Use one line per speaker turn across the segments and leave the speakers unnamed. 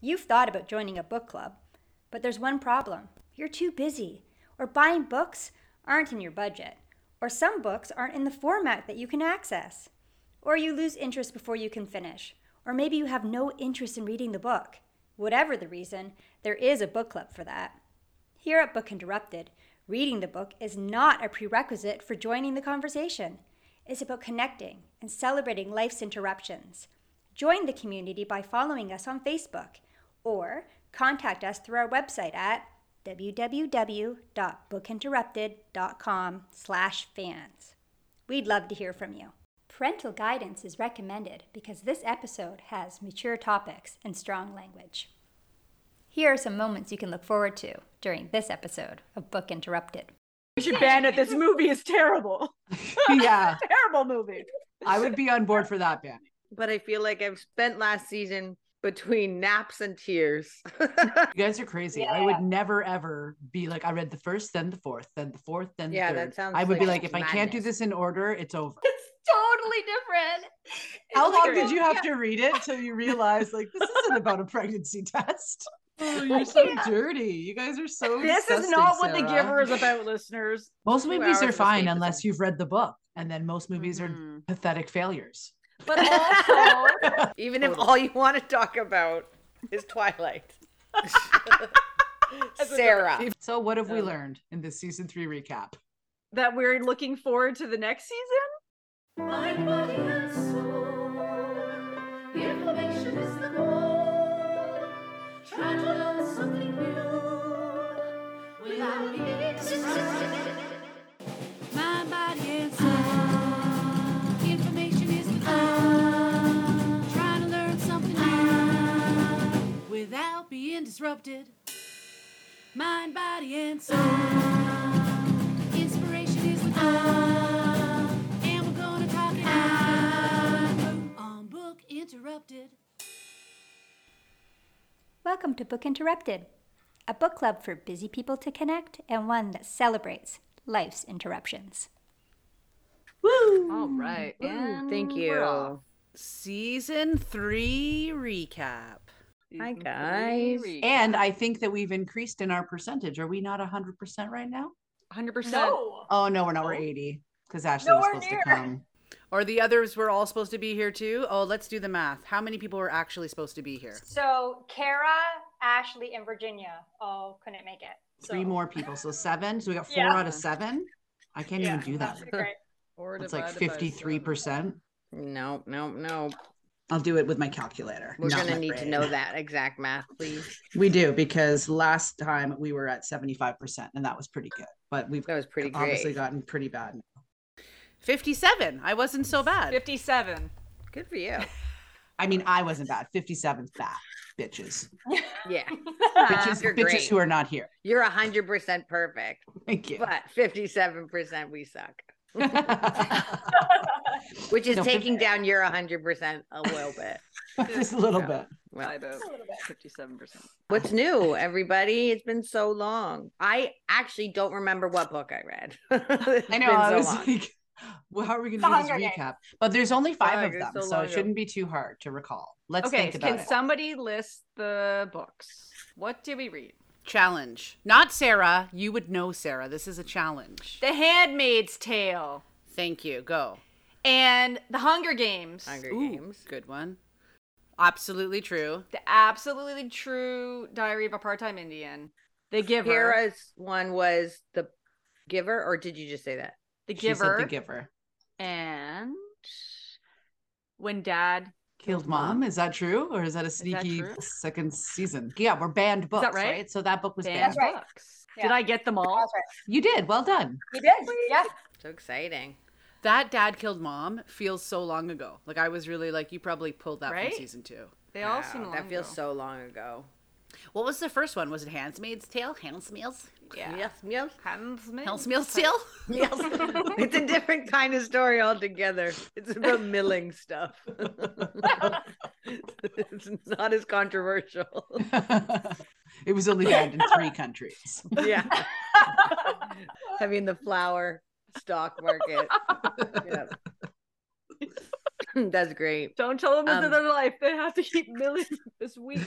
You've thought about joining a book club, but there's one problem you're too busy, or buying books aren't in your budget, or some books aren't in the format that you can access, or you lose interest before you can finish, or maybe you have no interest in reading the book. Whatever the reason, there is a book club for that. Here at Book Interrupted, reading the book is not a prerequisite for joining the conversation. It's about connecting and celebrating life's interruptions. Join the community by following us on Facebook or contact us through our website at www.bookinterrupted.com/fans. We'd love to hear from you. Parental guidance is recommended because this episode has mature topics and strong language. Here are some moments you can look forward to during this episode of Book Interrupted.
We should ban it. This movie is terrible.
yeah,
terrible movie.
I would be on board for that ban.
but I feel like I've spent last season between naps and tears.
You guys are crazy. I would never ever be like I read the first, then the fourth, then the fourth, then the
Yeah,
third.
that sounds
I would be
like
like, if I can't do
madness.
this in order, it's over.
It's totally different.
How long did you have to read it till you realized like this isn't about a pregnancy test? Oh, you're so dirty. You guys are so.
This is
disgusting,
not what The
Sarah.
Giver is about, listeners.
Most
Two
movies
hours
are
of
fine
escapism.
unless you've read the book, and then most movies are
Mhm.
pathetic failures.
But also,
Even if all you want to talk about is Twilight. Sarah.
So, what have we
Oh.
learned in this season three recap?
that we're looking forward to the next season.
mind, body, and soul. Information is the goal. Try to learn something new without being surprised.
Mind, body, and soul. Information is the goal. Trying to learn something new without being disrupted. Mind, body, and soul. Inspiration is the goal. And we're gonna talk it out on Book Interrupted.
Welcome to Book Interrupted, a book club for busy people to connect and one that celebrates life's interruptions.
All right. and
Thank
we're off.
you.
Season three recap.
Hi,
Season three
guys.
recap.
And I think that we've increased in our percentage. Are we not 100% right now?
100%.
Oh, no, we're not. We're 80 because Ashley was
Nowhere
supposed
near.
to come.
Or the others were all supposed to be here too. Oh, let's do the math. How many people were actually supposed to be here?
So Kara, Ashley, and Virginia all couldn't make it.
Three more people. So seven. So we got four
Yeah.
out of seven. I can't even do that.
Or
It's like 53%.
No, no, no.
I'll do it with my calculator.
We're
not
going to
my
need to
brain.
know that exact math, please.
We do because last time we were at 75% and that was pretty good. But we've
That was pretty great.
obviously gotten pretty bad.
57. I wasn't so bad.
57.
Good for you.
I mean, I wasn't bad. 57's bad. Bitches.
Yeah.
Bitches,
Uh, you're
bitches
great.
who are not here.
You're 100% perfect,
Thank you.
but 57% we suck, which is
No,
taking
fif-
down your 100% a little bit.
Just a little
Yeah.
bit.
Well,
vote 57%.
What's new, everybody? It's been so long. I actually don't remember what book I read. It's
I know.
been
I
so
was
long.
like, well, how are we going
The
to do this
Hunger Games.
recap? But there's only five
Fuck,
of
it's
them,
so
so,
long
it
ago.
shouldn't be too hard to recall. Let's
okay,
think about
can
it.
somebody list the books? What did we read?
Challenge. Not Sarah. You would know Sarah. This is a challenge.
The Handmaid's Tale
Thank you. Go.
and The Hunger Games.
Hunger
Ooh,
Games.
Good one. Absolutely true.
The absolutely true Diary of a Part-Time Indian.
The Giver.
Kara's one was the giver, or did you just say that?
The
She said
Giver.
the giver
and when dad
killed mom. Is that true, or is that a
that
sneaky
true?
second season? Yeah, we're banned books,
right?
right? So that book was banned.
banned
right.
books.
Yeah.
Did I get them all?
You did well done.
You did, yeah.
So exciting.
That dad killed mom feels so long ago. Like I was really like you probably pulled that
Right?
from season two.
They all
Wow,
seem long
that feels
ago.
so long ago.
What was the first one? Was it Handmaid's Tale? Handmaid's
yeah.
Yes, yes,
Handmaid.
Handmaid's Tale?
yes. it's a different kind of story altogether. It's about milling stuff. it's not as controversial.
it was only banned in three countries.
Yeah. I mean the flower stock market. Yep. That's great.
Don't tell them into
Um,
their life. They have to keep milling this week.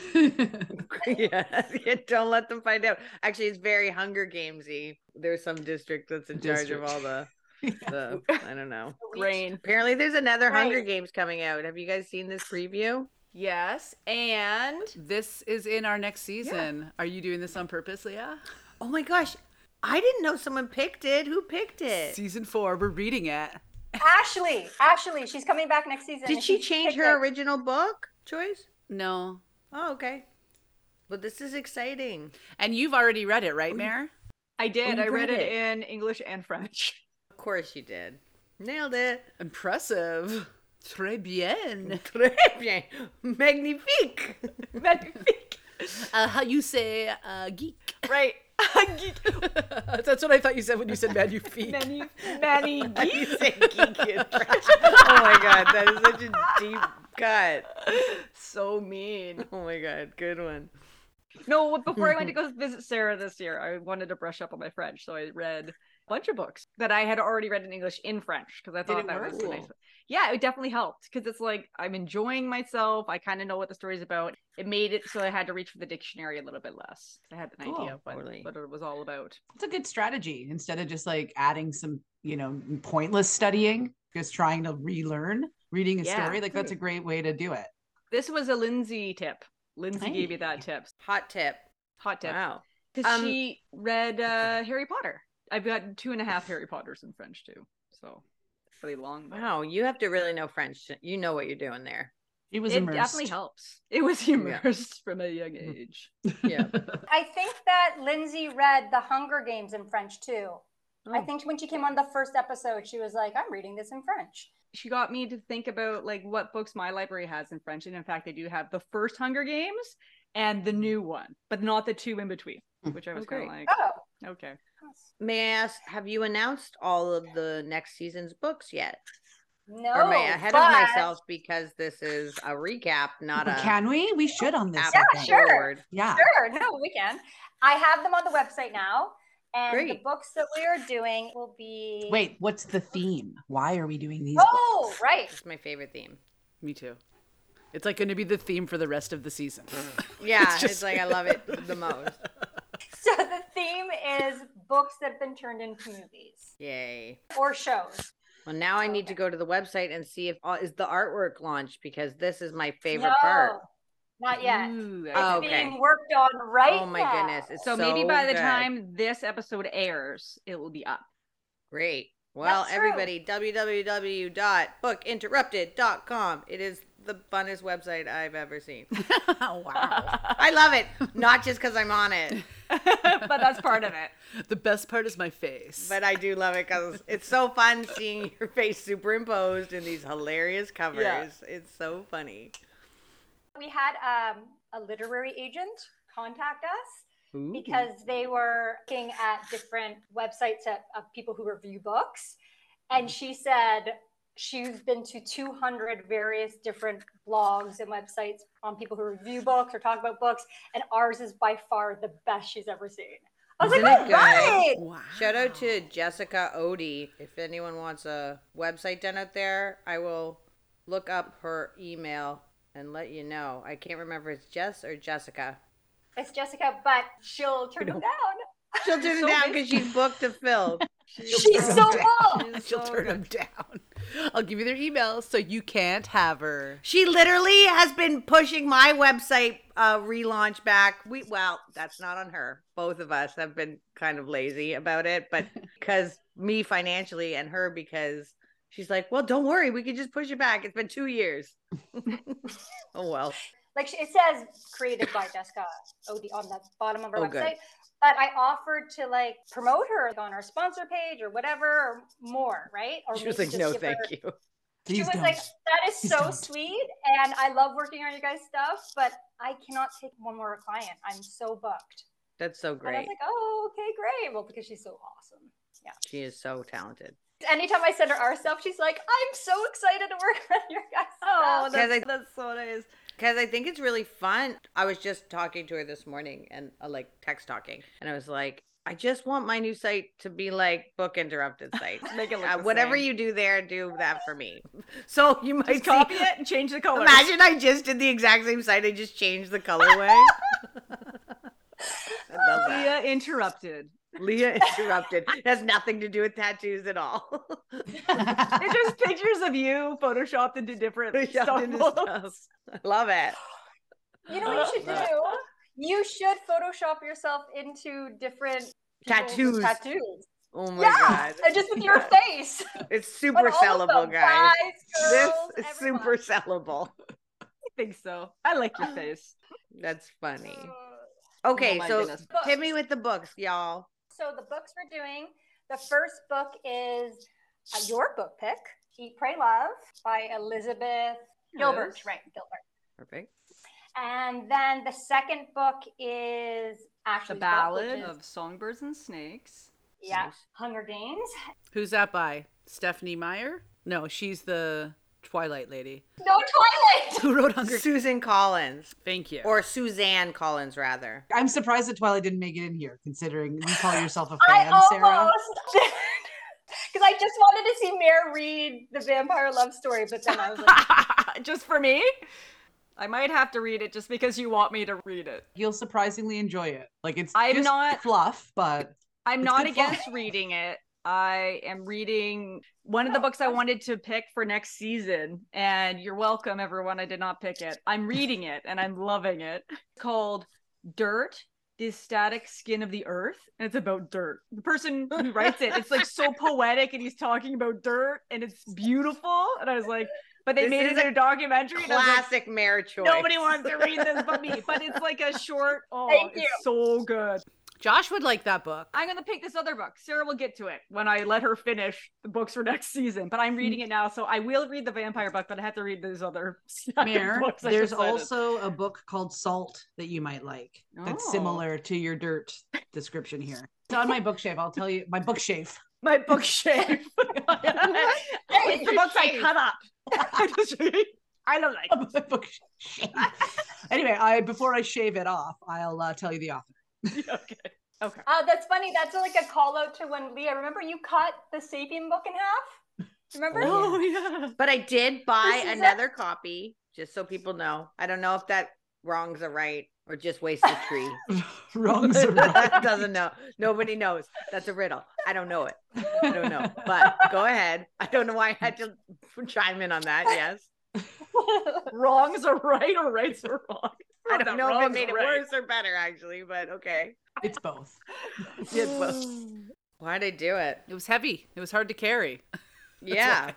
yeah. yeah, don't let them find out. Actually, it's very Hunger Gamesy. There's some district that's in charge of
District.
all the, the I don't know.
Grain.
Apparently, there's another Hunger Games coming out. Have you guys seen this preview?
Yes. And
This is in our next season. Are you doing this on purpose, Leah?
Oh my gosh, I didn't know someone picked it. Who picked it?
Season four. We're reading it.
Ashley, Ashley, she's coming back next season.
Did
and
she
she's
change
picked
her
it.
original book choice?
No.
Oh, okay. Well, this is exciting.
And you've already read it, right, Mare?
I did.
you
I read it
read it.
in English and French.
Of course you did. Nailed it.
Impressive. Très bien.
Très bien. Magnifique.
Magnifique.
Uh, how you say uh, geek?
right.
That's what I thought you said when you said magnifique.
Many, many
you say geek in French. Oh my god, that is such a deep cut.
So mean.
Oh my god, good one.
No, but before I went to go visit Sarah this year, I wanted to brush up on my French, so I read a bunch of books that I had already read in English in French because I thought
it
that was
work?
nice. Yeah, it definitely helped because it's like I'm enjoying myself. I kind of know what the story's about. It made it so I had to reach for the dictionary a little bit less. 'cause I had an idea of what,
Cool. Totally.
what it was all about.
It's a good strategy instead of just like adding some, you know, pointless studying, just trying to relearn reading a
Yeah.
story. Like that's a great way to do it.
This was a Lindsay tip. Lindsay gave me that tip.
Hot tip.
Hot tip.
Wow.
Because
Um,
she read uh, Harry Potter. I've got two and a half Harry Potters in French too. So pretty long. but-
Wow, you have to really know French. You know what you're doing there.
It was
it
immersed.
definitely helps. It was immersed from a young age.
Yeah.
I think that Lindsay read The Hunger Games in French too.
Oh.
Oh.
I think when she came on the first episode, she was like, I'm reading this in French.
She got me to think about like what books my library has in French. And in fact, they do have the first Hunger Games and the new one, but not the two in between,
Hmm.
Mm.
which I was
Okay.
kind of like,
Oh.
okay.
May I ask, have you announced all of the next season's books yet?
No.
or am I ahead
Oh, but-
of myself because this is a recap, not a
Can we? We should on this. I
apple
think.
uh, sure.
forward?
Yeah.
Sure. No, we can. I have them on the website now. And the
Great.
books that we are doing will be.
Wait, what's the theme? Why are we doing these?
Oh, right.
That's my favorite theme.
Me too. It's like going to be the theme for the rest of the season.
Yeah, it's,
just-
like I love it the most.
So the theme is books that have been turned into movies
Yay.
or shows.
Well, now I need to go to the website and see if all is the artwork launched because this is my favorite part.
Not yet.
Ooh,
It's
Oh, okay.
being worked on right
oh my
now.
goodness. It's
So, maybe by the
good.
time this episode airs, it will be up.
Great. Well,
That's true.
everybody, www.bookinterrupted.com. It is the funnest website I've ever seen.
wow.
I love it, not just because I'm on it,
but that's part of it.
The best part is my face.
but I do love it because it's so fun seeing your face superimposed in these hilarious covers. It's so funny.
we had um, a literary agent contact us because they were looking at different websites of, of people who review books and she said she's been to 200 various different blogs and websites on people who review books or talk about books and ours is by far the best she's ever seen i was
Isn't
like
it
all
good?
right
wow.
Shout out to Jessica Odie. If anyone wants a website done out there, I will look up her email and let you know. I can't remember if it's Jess or Jessica.
it's jessica but she'll turn them down
She'll turn it down because she's booked to fill.
she's so full
She'll turn them down. I'll give you their email so you can't have her.
She literally has been pushing my website uh, relaunch back. We well, that's not on her. Both of us have been kind of lazy about it, but because me financially and her because she's like, well, don't worry, we can just push it back. It's been two years. oh well.
like she- it says created by Jessica Odie on the bottom of her
Oh,
website.
good.
But I offered to like promote her on our sponsor page or whatever or more, right? Or
She was
maybe just
like, no,
give
thank
her-
you.
She
Please
was
don't.
like, that is
Please
so
don't.
sweet. And I love working on your guys' stuff, but I cannot take one more client. I'm so booked.
That's so
And I
great.
was like, oh, okay, great. Well, because she's so awesome.
she is so talented.
Anytime I send her our stuff, she's like, I'm so excited to work on your guys' stuff.
that's-
Oh, that's, that's what it is.
Because I think it's really fun. I was just talking to her this morning and uh, like text talking, and I was like, I just want my new site to be like book interrupted site.
Make it look
Uh,
the
whatever
same.
you do there, do that for me. So you might
Just
see-
copy it and change the colors.
Imagine I just did the exact same site. I just changed the colorway. I love that.
Leah interrupted.
Leah interrupted. It has nothing to do with tattoos at all.
It's just pictures of you photoshopped into different
Photoshopped
stuff.
into stuff. I love it.
You know what you should do? You should Photoshop yourself into different people's
Tattoos.
Tattoos.
Oh my
yeah,
god.
and just with your face.
It's
But
super
all of
sellable,
them,
guys.
guys, girls,
this is
everyone.
super sellable.
I think so. I like your face.
That's funny.
Uh,
Okay,
my
so
goodness.
hit me with the books, y'all.
So the books we're doing, the first book is uh, your book pick, Eat, Pray, Love by Elizabeth Gilbert.
Yes.
Right, Gilbert.
Perfect.
And then the second book is
The
Ashley's book,
Ballad
which is-
of Songbirds and Snakes.
yeah, Hunger Games.
Who's that by? Stephanie Meyer? No, she's the Twilight lady
No Twilight.
who wrote Hunger.
Susan Collins.
Thank you.
Or Suzanne Collins rather.
I'm surprised that Twilight didn't make it in here, considering you call yourself a
I
fan, Sarah.
almost because I just wanted to see Mare read the vampire love story, but then I was like,
just for me? I might have to read it just because you want me to read it.
You'll surprisingly enjoy it. Like it's
I'm
just
not-
fluff, but
I'm
It's
not
good fun.
against reading it. I am reading one of the books I wanted to pick for next season, and you're welcome, everyone. I did not pick it. I'm reading it and I'm loving it. It's called Dirt. The static skin of the earth, and it's about dirt. The person who writes it, it's like so poetic, and he's talking about dirt, and it's beautiful. And I was like, but they
This
made it
is a
in a documentary. and I was like,
Classic mare choice.
Nobody wants to read this but me, but it's like a short. Oh,
Thank
it's
you.
so good.
Josh would like that book.
I'm gonna pick this other book. Sarah will get to it when I let her finish the books for next season. But I'm
Mm.
reading it now, so I will read the vampire book, but I have to read these other
Mare,
books. I
there's
decided.
also a book called Salt that you might like. That's
Oh.
similar to your dirt description here. It's on my bookshelf. I'll tell you my bookshelf.
my bookshelf. it's the books I cut up. I just- I don't like.
My bookshelf. anyway, I before I shave it off, I'll uh, tell you the author.
Okay.
oh, that's funny. That's like a call out to when Leah. Remember you cut the Sapien book in half? Remember?
Oh yeah.
But I did buy
This is a-
another copy, just so people know. I don't know if that wrongs a right or just wasted tree.
Wrongs are wrong.
Doesn't know. Nobody knows. That's a riddle. I don't know it. I don't know. But go ahead. I don't know why I had to chime in on that. Yes.
Wrongs are right or rights are wrong.
I don't know if it
Wrongs
made it
are right.
worse or better, actually, but okay.
It's both.
Did both. Why'd I do it?
It was heavy. It was hard to carry.
Yeah.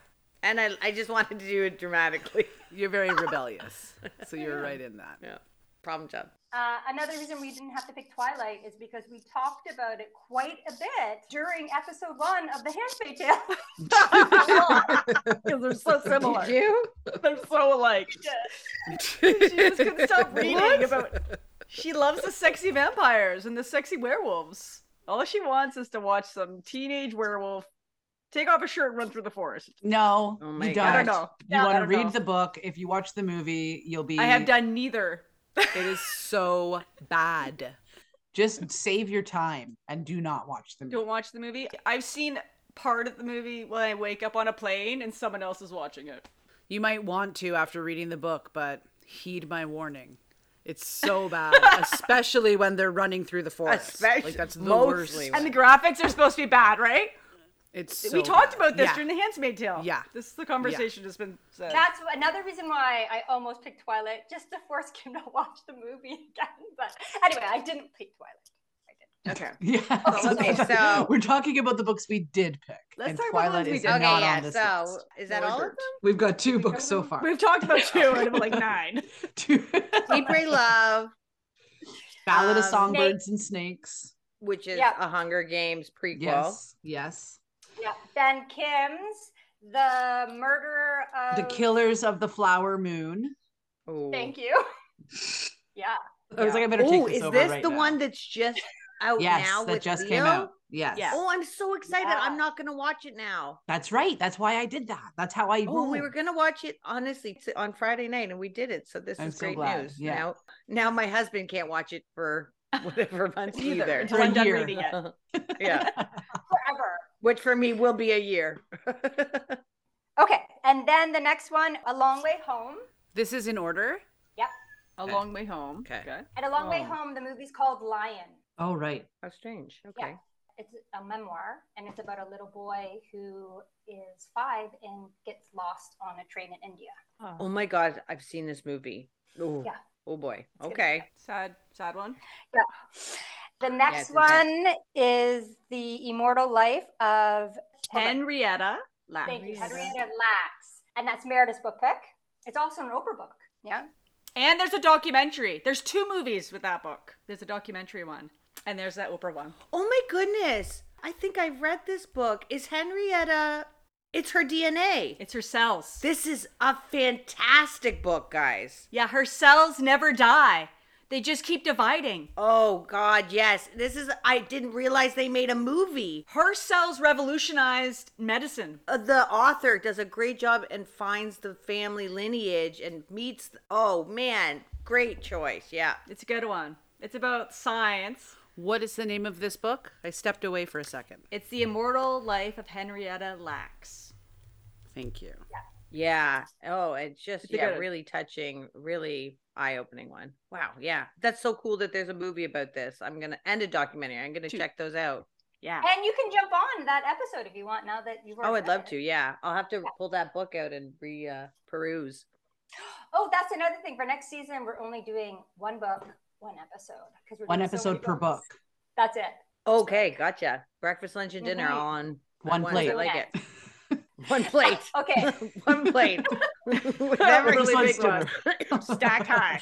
And I, I just wanted to do it dramatically.
You're very rebellious. So you're right in that.
Yeah. Problem child.
Uh, another reason we didn't have to pick Twilight is because we talked about it quite a bit during episode one of the Handmaid Tale.
Because they're so similar.
you?
They're so alike. she just couldn't stop reading about. She loves the sexy vampires and the sexy werewolves. All she wants is to watch some teenage werewolf take off a shirt and run through the forest.
No,
Oh my
you
God.
don't.
I don't know.
You
I
want to
don't
read
know.
the book. If you watch the movie, you'll be
I have done neither.
It is so bad.
just save your time and do not watch the movie.
Don't watch the movie. I've seen part of the movie when I wake up on a plane and someone else is watching it.
You might want to after reading the book, but heed my warning. It's so bad, especially when they're running through the forest.
Especially-
like that's the
mostly
worst.
when-
And the graphics are supposed to be bad, right?
It's so
we talked
bad.
about this
Yeah.
during the Handmaid's Tale.
Yeah.
This is the conversation that's been said.
That's wh- another reason why I almost picked Twilight, just to force Kim to watch the movie again. But anyway, I didn't pick Twilight.
okay.
Yeah. so
Oh, okay,
that's-
so-
we're talking about the books we did pick.
Let's
and
talk about the
Twilight
ones we
is
did.
Okay,
not
yeah.
on this
So
list.
is that
Or
all? of
dirt.
We've got two books so far.
We've talked about two out of like nine.
Two-
them? Eat, Pray, Love,
Ballad of
Um,
Songbirds and Snakes.
which is
Yeah.
a Hunger Games prequel.
Yes. Yes.
Yeah. Then Kim's The Murderer of
Um,
The Killers of the Flower Moon.
Ooh.
Thank you. yeah.
I was
Yeah.
like, I better
Ooh,
take this
is
over
this
right
the
now.
one that's just out
Yes,
now
that
with
just
Leo?
came out. Yes.
Yeah.
Oh, I'm so excited. I'm
Yeah.
not going to watch it now.
That's right. That's why I did that. That's how I
Oh, we
roll.
were going to watch it honestly t- on Friday night and we did it. So this
I'm
is
so
great
glad.
news.
Yeah.
Now, now my husband can't watch it for whatever months
either,
either.
until
For a
I'm done
year.
reading it.
yeah.
forever.
Which for me will be a year.
Okay, and then the next one, A Long Way Home.
This is in order.
A
Okay.
long way home.
Okay.
And A Long Way
Oh.
Home, the movie's called Lion.
Oh, right.
How strange.
Yeah.
Okay.
It's a memoir, and it's about a little boy who is five and gets lost on a train in India.
Oh my God. I've seen this movie. Ooh.
Yeah.
Oh boy.
gonna be
Okay.
Sad, sad one.
The next
it's
one is The Immortal Life of
Henrietta Lacks.
Thank you, Henrietta Lacks. And that's Meredith's book pick. It's also an Oprah book. Yeah.
And there's a documentary. There's two movies with that book. There's a documentary one, and there's that Oprah one.
Oh my goodness. I think I've read this book. Is Henrietta, it's her DNA.
It's her cells.
This is a fantastic book, guys.
yeah, her cells never die. They just keep dividing.
Oh God, yes. This is, I didn't realize they made a movie.
Her cells revolutionized medicine.
Uh, the author does a great job and finds the family lineage and meets, oh man, great choice. Yeah.
It's a good one. It's about science.
What is the name of this book? I stepped away for a second.
It's the immortal life of Henrietta Lacks.
Thank you.
Yeah. Oh, it's just
It's a
yeah,
good-
really touching, really eye-opening one. Wow. Yeah, that's so cool that there's a movie about this. I'm gonna and a documentary. I'm gonna
Two.
check those out.
Yeah.
And you can jump on that episode if you want now that you've
Oh,
already
I'd love
read
to.
it.
Yeah, I'll have to pull that book out and re uh, peruse.
Oh, that's another thing. For next season, we're only doing one book, one episode. Because we're
One
doing so
episode
many
per book.
books. That's it.
Okay, gotcha. Breakfast, lunch, and dinner
Mhm.
all on
One
at once.
plate.
I like it. One plate.
Okay.
one plate. Never
Breakfast,
really
lunch,
big one. Stack high.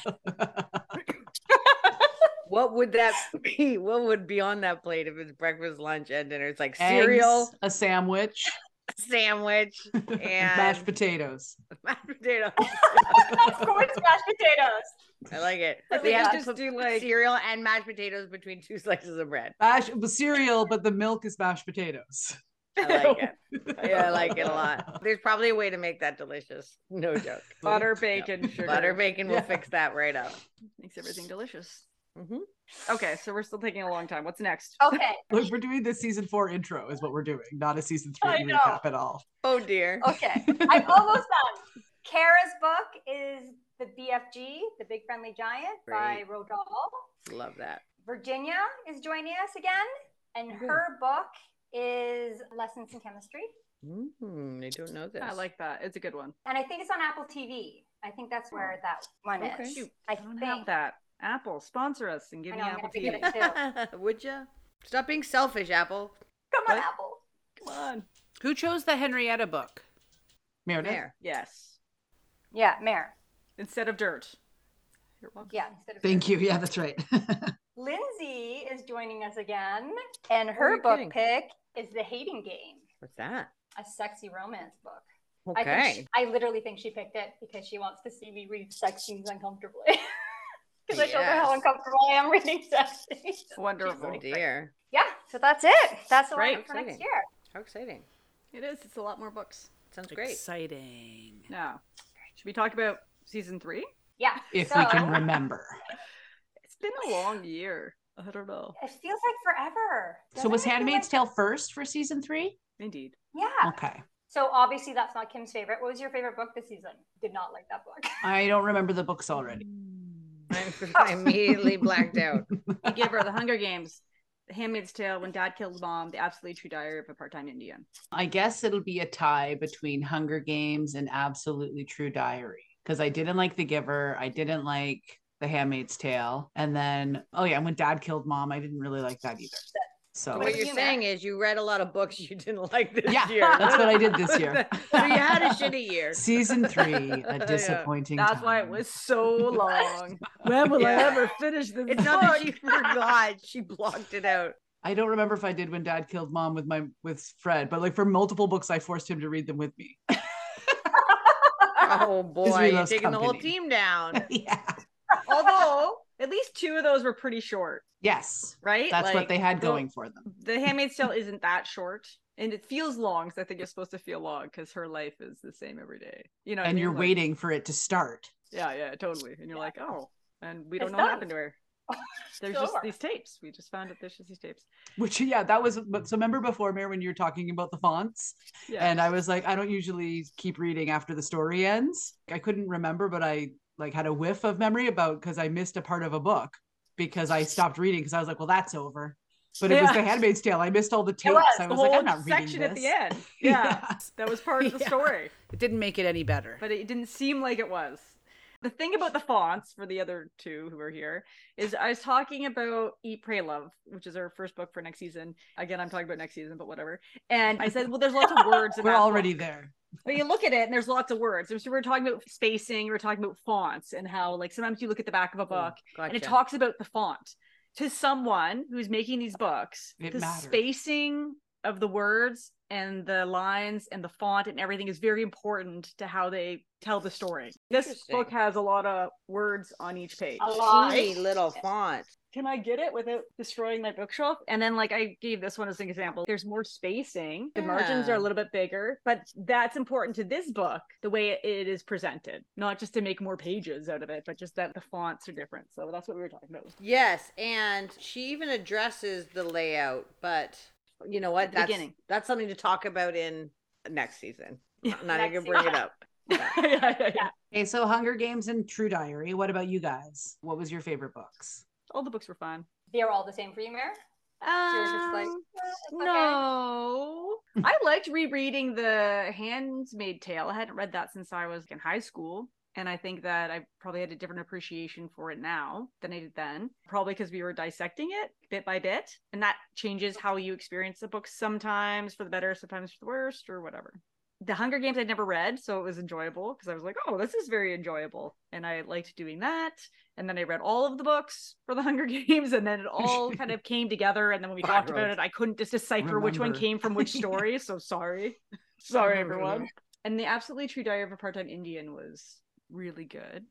What would that be? What would be on that plate if it's breakfast, lunch, and dinner? It's like cereal,
Eggs, a sandwich,
sandwich,
mashed
and
potatoes.
mashed potatoes.
of course, mashed potatoes.
I like it.
But
They
we
have
could
to
just
put
do, like-
cereal and mashed potatoes between two slices of bread.
Mash, the cereal, but the milk is mashed potatoes.
I like it. Yeah, I like it a lot. There's probably a way to make that delicious. No joke.
Butter, bacon, sugar.
Butter bacon will
Yeah.
fix that right up.
makes everything delicious.
Mhm.
Okay, so we're still taking a long time. What's next?
Okay.
Look, we're doing the season four intro, is what we're doing, not a season three
I know.
recap at all.
Oh dear.
Okay. I'm almost done. Kara's book is The BFG, The Big Friendly Giant by
Great.
Rodal.
Oh, Love that.
Virginia is joining us again, and her book is Lessons in Chemistry.
Mm, I don't know this.
I like that. It's a good one.
And I think it's on Apple TV. I think that's where that one
Oh. Okay.
is.
Shoot,
I
I don't
think
have that. Apple, sponsor us and
I
give
know,
me
I'm
Apple
gonna have to get
TV.
it too. Come
Would you? Stop being selfish, Apple.
on,
What?
Apple.
Come on.
Who chose the Henrietta book?
Meredith.
There.
Yes.
Yeah, Mare.
Instead of dirt. You're welcome.
Yeah. instead of
Thank you. Yeah, that's right.
Lindsay is joining us again, and
Oh,
her
you
book
kidding?
pick is The Hating Game,
What's that?
a sexy romance book. I, think
Okay.
she- I literally think she picked it because she wants to see me read sex scenes uncomfortably. Because I showed her how
Yes.
uncomfortable I am reading sex scenes.
Wonderful.
Oh dear.
Yeah, so that's it. That's the
Great.
lineup for next
Exciting.
year.
How exciting.
It is. It's a lot more books.
Sounds great.
Exciting.
Now, should we talk about season three?
Yeah.
If
so
we can remember.
It's been a long year. I don't know.
it feels like forever.
So
Doesn't
was
it feel
Handmaid's
like-
Tale first for season three?
Indeed.
Yeah.
Okay.
So obviously that's not Kim's favorite. What was your favorite book this season? Did not like that book.
I don't remember the books already.
I I immediately blacked out.
He gave her The Hunger Games, The Handmaid's Tale, When Dad Killed Mom, The Absolutely True Diary of a Part-Time Indian.
I guess it'll be a tie between Hunger Games and Absolutely True Diary because I didn't like The Giver. I didn't like The Handmaid's Tale. And then, oh yeah, when Dad Killed Mom, I didn't really like that either. So
What
about
you're
you, Matt?
saying is you read a lot of books you didn't like this
Oh, Yeah,
year.
that's what I did this year.
so you had a shitty year.
season three,
Yeah.
a disappointing.
That's why it
time.
was so long. when will I
Yeah.
ever finish this
It's not that she forgot; she blocked it out.
I don't remember if I did when Dad killed Mom with my with Fred, but like for multiple books, I forced him to read them with me.
Oh boy, you're
loves
taking the whole
company.
team down.
yeah.
Although, at least two of those were pretty short,
Yes,
right?
that's
Like,
what they had
the-
going for them.
The Handmaid's Tale isn't that short. And it feels long because I think it's supposed to feel long because her life is the same every day. You know, what I
And
mean?
you're
Like-
waiting for it to start.
Yeah, yeah, totally. And you're like, oh, and we don't
It's
know what
done.
happened to her. There's just
Sure.
these tapes. We just found out there's just these tapes.
Which yeah, that was. But so remember before, Mayor, when you were talking about the fonts,
Yeah.
and I was like, I don't usually keep reading after the story ends. I couldn't remember, but I like had a whiff of memory about because I missed a part of a book because I stopped reading because I was like, well, that's over. But it was
Yeah.
The Handmaid's Tale. I missed all the tapes. I
the
was
whole
like, I'm not reading
section at the
this."
end. Yeah. That was part of the
Yeah.
story.
It didn't make it any better.
but it didn't seem like it was. The thing about the fonts for the other two who are here is I was talking about Eat, Pray, Love, which is our first book for next season. Again, I'm talking about next season, but whatever. And I said, well, there's lots of words. In
We're
that book.
already there.
But you look at it and there's lots of words. And so we we're talking about spacing, we we're talking about fonts and how like sometimes you look at the back of a
Mm.
book
Gotcha.
and it talks about the font. To someone who's making these books,
It
the
mattered.
spacing of the words and the lines and the font and everything is very important to how they tell the story. This
Interesting.
book has a lot of words on each page.
A lot.
Teeny little font.
Can I get it without destroying my bookshelf? And then, like, I gave this one as an example. There's more spacing. The margins are
Yeah.
a little bit bigger, but that's important to this book, the way it is presented, not just to make more pages out of it, but just that the fonts are different. So that's what we were talking about.
Yes, and she even addresses the layout, but you know what?
At the
that's
beginning.
that's something to talk about in next season.
Yeah.
I'm not even
Next
bring it up.
yeah, yeah, yeah, yeah.
Okay, so Hunger Games and True Diary. What about you guys? What was your favorite books?
All the books were fun.
They're all the same for you, Mare? So you're just like,
Um,
"Eh, it's okay."
No, I liked rereading the Handmaid Tale. I hadn't read that since I was in high school, and I think that I probably had a different appreciation for it now than I did then. Probably because we were dissecting it bit by bit, and that changes how you experience the book sometimes for the better, sometimes for the worst, or whatever. The Hunger Games I'd never read, so it was enjoyable because I was like, "Oh, this is very enjoyable," and I liked doing that and then I read all of the books for the Hunger Games, and then it all kind of came together. And then when we
By
talked about
rote.
it, I couldn't just decipher which one
Remember.
came from which story. So sorry, sorry
Remember
everyone.
that.
And the Absolutely True Diary of a Part-Time Indian was really good.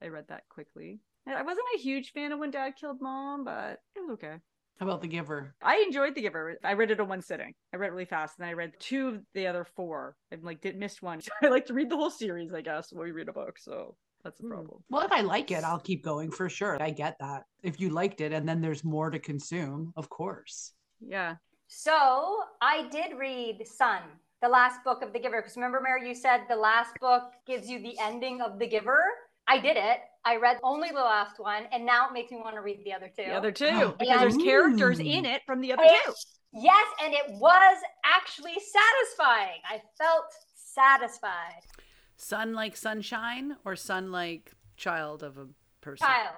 I read that quickly. And I wasn't a huge fan of When Dad Killed Mom, but it was okay.
How about The Giver?
I enjoyed The Giver. I read it in one sitting. I read it really fast, and then I read two of the other four, and like did missed one. So I like to read the whole series, I guess, when we read a book. So that's the
Hmm.
problem.
Well, if I like it, I'll keep going for sure. I get that. If you liked it and then there's more to consume, of course.
Yeah.
So I did read Sun, the last book of The Giver. Because remember, Mary, you said the last book gives you the ending of The Giver. I did it. I read only the last one, and now it makes me want to read the other two.
The other two, because
Yeah.
there's characters
Ooh.
in it from the other
Yeah.
two.
Yes, and it was actually satisfying. I felt satisfied.
Sun like sunshine or sun like child of a person?
Child.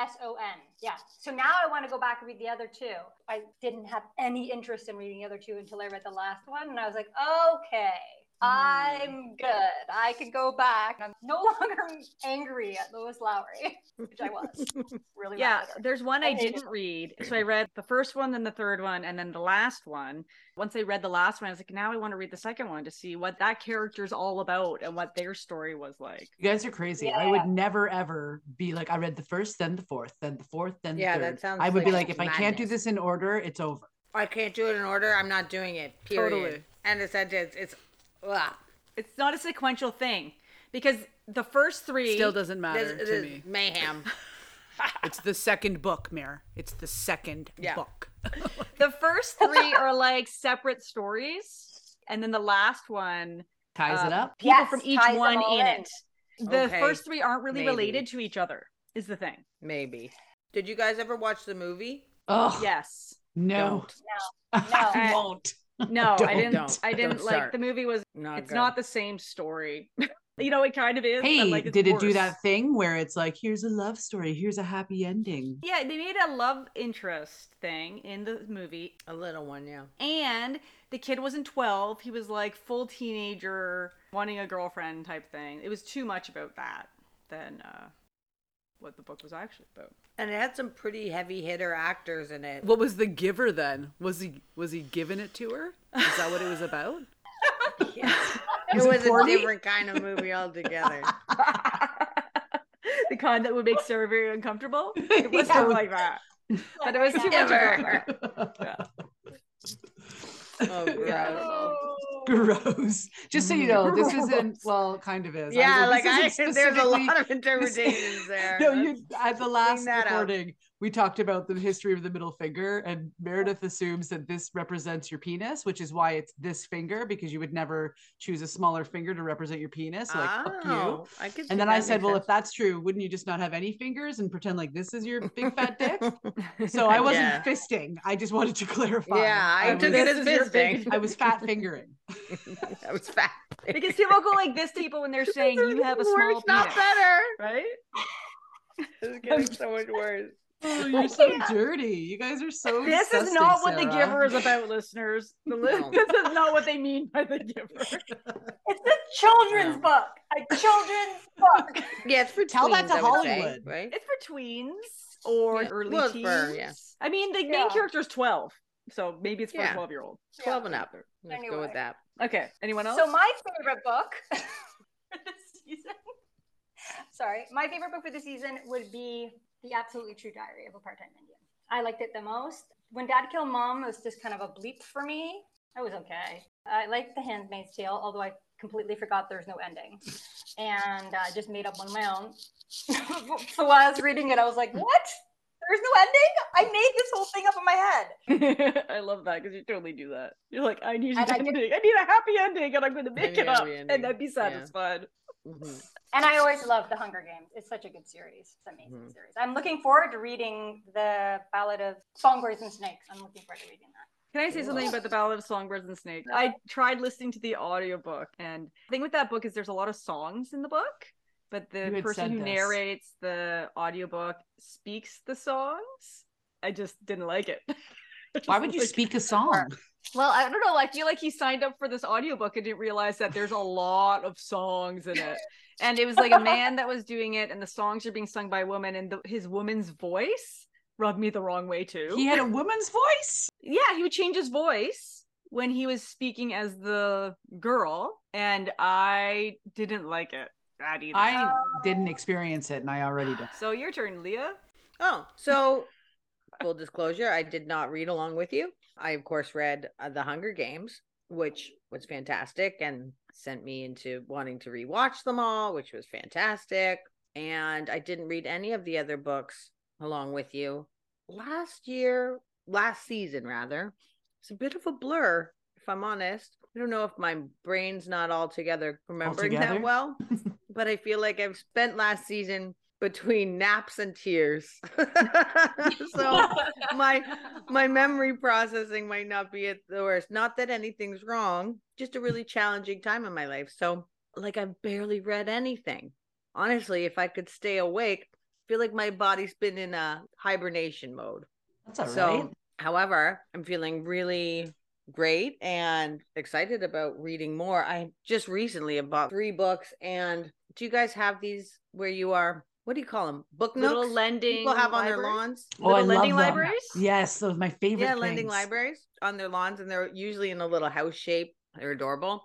S O N. Yeah. So now I want to go back and read the other two. I didn't have any interest in reading the other two until I read the last one. And I was like, okay, I'm good. I can go back. I'm no longer angry at Lois Lowry, which I was. Really?
Yeah,
mad at her.
there's one I
Okay.
didn't read. So I read the first one, then the third one, and then the last one. Once I read the last one, I was like, now I want to read the second one to see what that character's all about and what their story was like.
You guys are crazy. I would never ever be like, I read the first, then the fourth, then the fourth, then
Yeah,
the
that
third.
sounds
I would be
like
like, if I can't do
madness.
this in order, it's over.
I can't do it in order. I'm not doing it. Period.
Totally.
And the sentence. It's ugh.
It's not a sequential thing because the first three
Still doesn't matter
This,
to
this
me.
is mayhem.
It's the second book, Mayor. It's the second
Yeah.
book.
the first three are like separate stories, and then the last one
Ties it
uh,
up.
people
Yes,
from each
ties them
one
all
in
in.
it. The
Okay,
first three aren't really
maybe.
related to each other, is the thing.
Maybe. Did you guys ever watch the movie?
Oh,
Yes.
no.
No.
won't.
No, I
Don't.
didn't.
Don't.
I didn't
Don't
like
start.
the movie. Was
Not
it's
good.
not the same story. you know, it kind of is. but,
Hey,
like, it's
did it do
worse.
that thing where it's like, here's a love story, here's a happy ending?
Yeah, they made a love interest thing in the movie,
a little one, yeah.
and the kid wasn't twelve. He was like full teenager, wanting a girlfriend type thing. It was too much about that than uh, what the book was actually about.
And it had some pretty heavy hitter actors in it.
What was the giver then? Was he was he giving it to her? Is that what it was about?
it was a
Porgy?
different kind of movie altogether.
the kind that would make Sarah very uncomfortable. It was not like that. But it was too much.
Never.
about-
oh, gross.
Oh,
gross. Just so you know, this isn't well, kind of is.
Yeah,
was
like I
this isn't
there's a
specifically-
lot of interpretations there.
No, you at the last
that up.
recording, we talked about the history of the middle finger, and Meredith assumes that this represents your penis, which is why it's this finger, because you would never choose a smaller finger to represent your penis. So, like, fuck you.
Oh, I could see
And then
that
I said,
makes
Well,
sense.
if that's true, wouldn't you just not have any fingers and pretend like this is your big fat dick? So I wasn't
Yeah.
fisting. I just wanted to clarify.
Yeah, I
was,
took it as
your
fisting.
I was fat fingering.
That was fat.
because people go like this to people when they're saying you have a small
worse, not
penis,
better.
right?
It's getting so much worse.
Oh, you're so dirty. You guys are so.
This is
disgusting,
not what the
Sarah.
giver is about, listeners. The li-
No.
This is not what they mean by the giver.
It's a children's book. A children's book.
Yeah, it's for
Tell that
tweens,
to
I would say,
Hollywood.
right?
It's for tweens or
Yeah.
early
Well, it's
teens.
for- yeah.
I mean, the
Yeah.
main character is 12, so maybe it's for
Yeah.
a 12 year old.
Twelve and oh. up. Let's go
Anyway.
with that.
Okay. Anyone else?
So my favorite book for this season. Sorry, my favorite book for the season would be The Absolutely True Diary of a Part-Time Indian. I liked it the most. When Dad Killed Mom was just kind of a bleep for me. It was okay. I liked The Handmaid's Tale, although I completely forgot there's no ending, and I just made up one of my own. so while I was reading it, I was like, "What? There's no ending? I made this whole thing up in my head."
I love that because you totally do that. You're like, I need an
And I
ending. I need a happy ending, and I'm going to make
need
it
a
up,
happy ending.
and that'd be
Yeah.
satisfied.
Mhm.
And I always love The Hunger Games. It's such a good series. It's an amazing
Mhm.
series. I'm looking forward to reading the Ballad of Songbirds and Snakes. I'm looking forward to reading that.
Can I say something about the Ballad of Songbirds and Snakes? I tried listening to the audiobook, and the thing with that book is there's a lot of songs in the book, but
You
the
had
person
said
who
this.
narrates the audiobook speaks the songs. I just didn't like it.
Why would you
Like-
speak a song?
Well, I don't know. I feel like he signed up for this audiobook and didn't realize that there's a lot of songs in it. And it was like a man that was doing it, and the songs are being sung by a woman, and the, his woman's voice rubbed me the wrong way too.
He had a woman's voice.
yeah, he would change his voice when he was speaking as the girl, and I didn't like it. That either.
I didn't experience it, and I already did.
so your turn, Leah.
Oh, so full disclosure, I did not read along with you. I, of course, read uh, The Hunger Games, which was fantastic and sent me into wanting to rewatch them all, which was fantastic. And I didn't read any of the other books along with you. Last year, last season, rather, it's a bit of a blur, if I'm honest. I don't know if my brain's not altogether remembering
Altogether?
that well, but I feel like I've spent last season between naps and tears. so my my memory processing might not be at the worst. Not that anything's wrong, just a really challenging time in my life. So like I've barely read anything. Honestly, if I could stay awake, I feel like my body's been in a hibernation mode.
That's all right.
so however, I'm feeling really great and excited about reading more. I just recently have bought three books and do you guys have these where you are what do you call them? Book nooks?
Little lending.
People have on their
library?
lawns.
oh, I
Little lending
love them.
libraries?
Yes, those are my favorite.
Yeah, lending
things.
libraries on their lawns, and they're usually in a little house shape. They're adorable.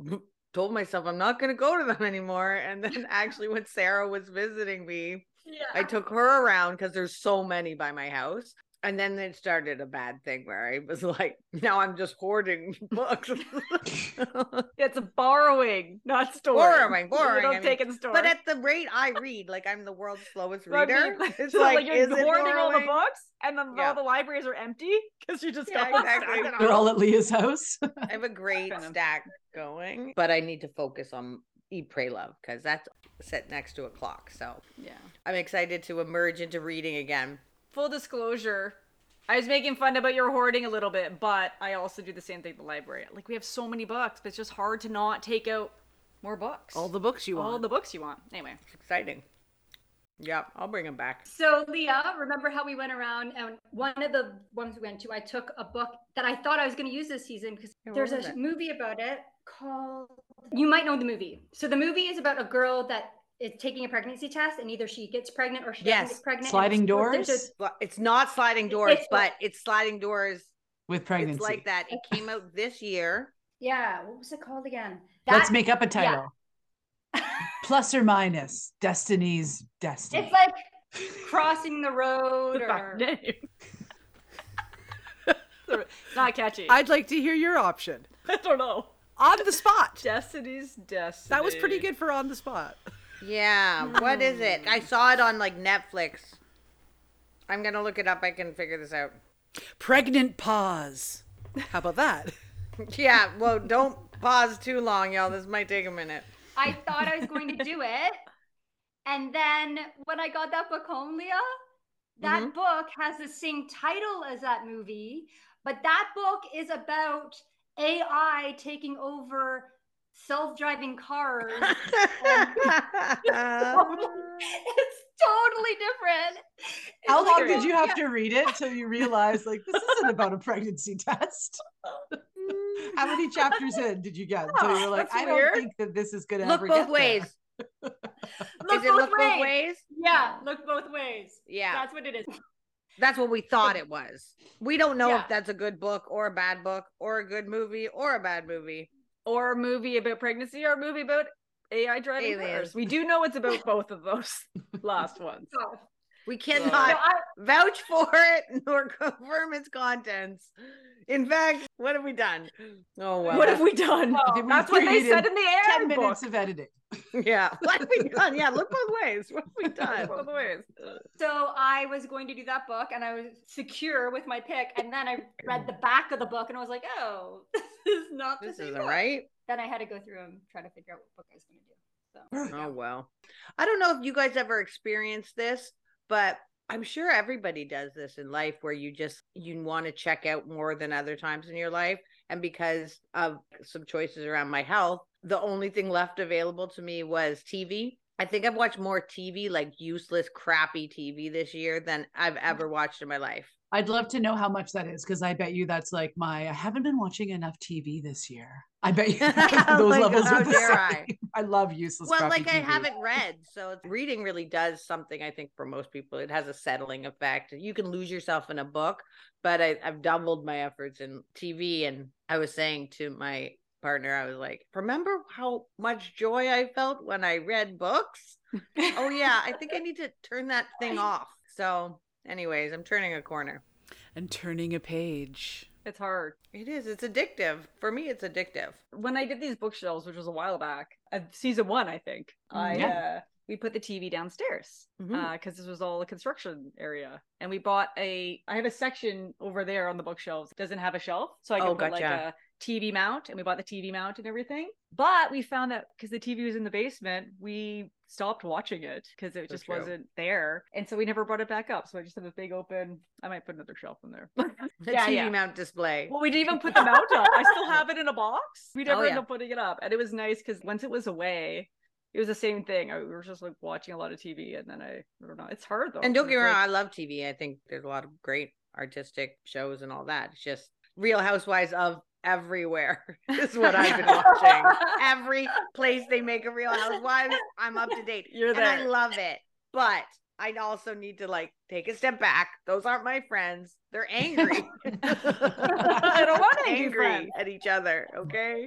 Told myself I'm not going to go to them anymore. And then actually, when Sarah was visiting me, I took her around because there's so many by my house. And then it started a bad thing where I was like, now I'm just hoarding books.
It's borrowing, not storing.
Borrowing,
You
borrowing,
don't
I mean.
take and store.
but at the rate I read, like I'm the world's slowest
But I mean,
reader. It's
so,
like,
you're
is it
hoarding all the
borrowing?
books, and then
Yeah.
all the libraries are empty because you just
Yeah,
got
exactly.
stuck in
They're all at Leah's house.
I have a great
Kind of.
stack going, but I need to focus on Eat, Pray, Love because that's set next to a clock. So
Yeah.
I'm excited to emerge into reading again.
Full disclosure, I was making fun about your hoarding a little bit, but I also do the same thing at the library. Like we have so many books, but it's just hard to not take out more books.
All the books you want.
all the books you want. Anyway,
It's exciting. Yep, I'll bring them back.
So Leah, remember how we went around and one of the ones we went to, I took a book that I thought I was going to use this season because
Yeah, what
there's a
was it?
movie about it called. You might know the movie. So the movie is about a girl that is taking a pregnancy test, and either she gets pregnant or she
Yes.
doesn't get pregnant. and
Sliding
it's- there's
doors
a-
But It's not sliding doors,
It's-
but it's sliding doors.
with pregnancy.
It's like that. It came out this year.
yeah, what was it called again?
Let's
That-
make up a title. Plus or minus Destiny's Destiny.
It's like crossing the road, or
name. it's not catchy. I,
I'd like to hear your option.
don't know.
on the spot.
Destiny's Destiny.
That was pretty good for on the spot.
Yeah, what is it? I
Hmm.
saw it on like Netflix. I'm gonna look it up. I can figure this out.
Pregnant pause. How about that?
Yeah, well, don't pause too long, y'all. This might take a minute.
I thought I was going to do it. And then when I got that book home, Leah, that
Mm-hmm.
book has the same title as that movie, but that book is about AI taking over self-driving cars.
Mm-hmm.
it's totally different. It's
How long
like-
did you have to read it till you realized like this isn't about a pregnancy test?
Mm.
How many chapters in did you get until you were like,
That's
I
weird.
don't think that this is gonna
Oh, look
ever
both
get there."
ways.
Look
is it
both
look
ways.
both ways?
Yeah, look both ways.
Yeah,
That's what it is.
that's what we thought it was. We don't know
Yeah.
if that's a good book or a bad book or a good movie or a bad movie.
Or a movie about pregnancy or a movie about AI driving
Aliens.
cars. We do know it's about both of those last ones.
So,
We
so
cannot
I,
vouch for it nor confirm its contents. In fact, what have we done? Oh well.
What have we done?
Did we
That's what they
create
said in the air.
Ten minutes of editing.
yeah. What have we done? Yeah, look both ways. What have we done?
so I was going to do that book and I was secure with my pick. And then I read the back of the book and I was like, oh, this is not the
This
same
isn't
book.
right.
Then I had to go through and try to figure out what book I was going to do.
Oh well. I don't know if you guys ever experienced this, but I'm sure everybody does this in life where you just you want to check out more than other times in your life and because of some choices around my health, the only thing left available to me was TV. I think I've watched more TV like useless crappy TV this year than I've ever watched in my life.
I'd love to know how much that is because I bet you that's like my I haven't been watching enough TV this year. I bet you
Oh
those
my God,
levels
how
are the
dare
same. I.
I.
love useless.
well,
crappy
like I
TV.
haven't read, so it's- reading really does something. I think for most people, it has a settling effect. You can lose yourself in a book, but I, I've doubled my efforts in TV. And I was saying to my partner, I was like, "Remember how much joy I felt when I read books? oh yeah, I think I need to turn that thing off." So, anyways, I'm turning a corner.
And turning a page.
It's hard.
It is. It's addictive. For me, it's addictive.
when I did these bookshelves, which was a while back, uh, season one, I think, I uh, we put the TV downstairs because
Mhm.
uh, this was all a construction area, and we bought a. I have a section over there on the bookshelves that doesn't have a shelf, so I could
Oh,
put like
gotcha.
a TV mount, and we bought the TV mount and everything. But we found that because the TV was in the basement, we stopped watching it because it
So
just
true.
wasn't there, and so we never brought it back up. So I just have a big open. I might put another shelf in there.
The
Yeah,
TV
yeah.
mount display.
Well, we didn't even put the mount up. I still have it in a box. We never
Oh,
ended
yeah.
up putting it up. And it was nice because once it was away, it was the same thing. I, we were just like watching a lot of TV. And then I, I don't know. It's hard though.
And don't get me
It's
wrong,
like-
I love TV. I think there's a lot of great artistic shows and all that. It's just Real Housewives of everywhere is what I've been watching. Every place they make a Real Housewives, I'm up to date.
You're
and I
there.
love it. But I also need to like take a step back. Those aren't my friends. They're angry.
I don't want angry
angry
friends.
at each other. Okay.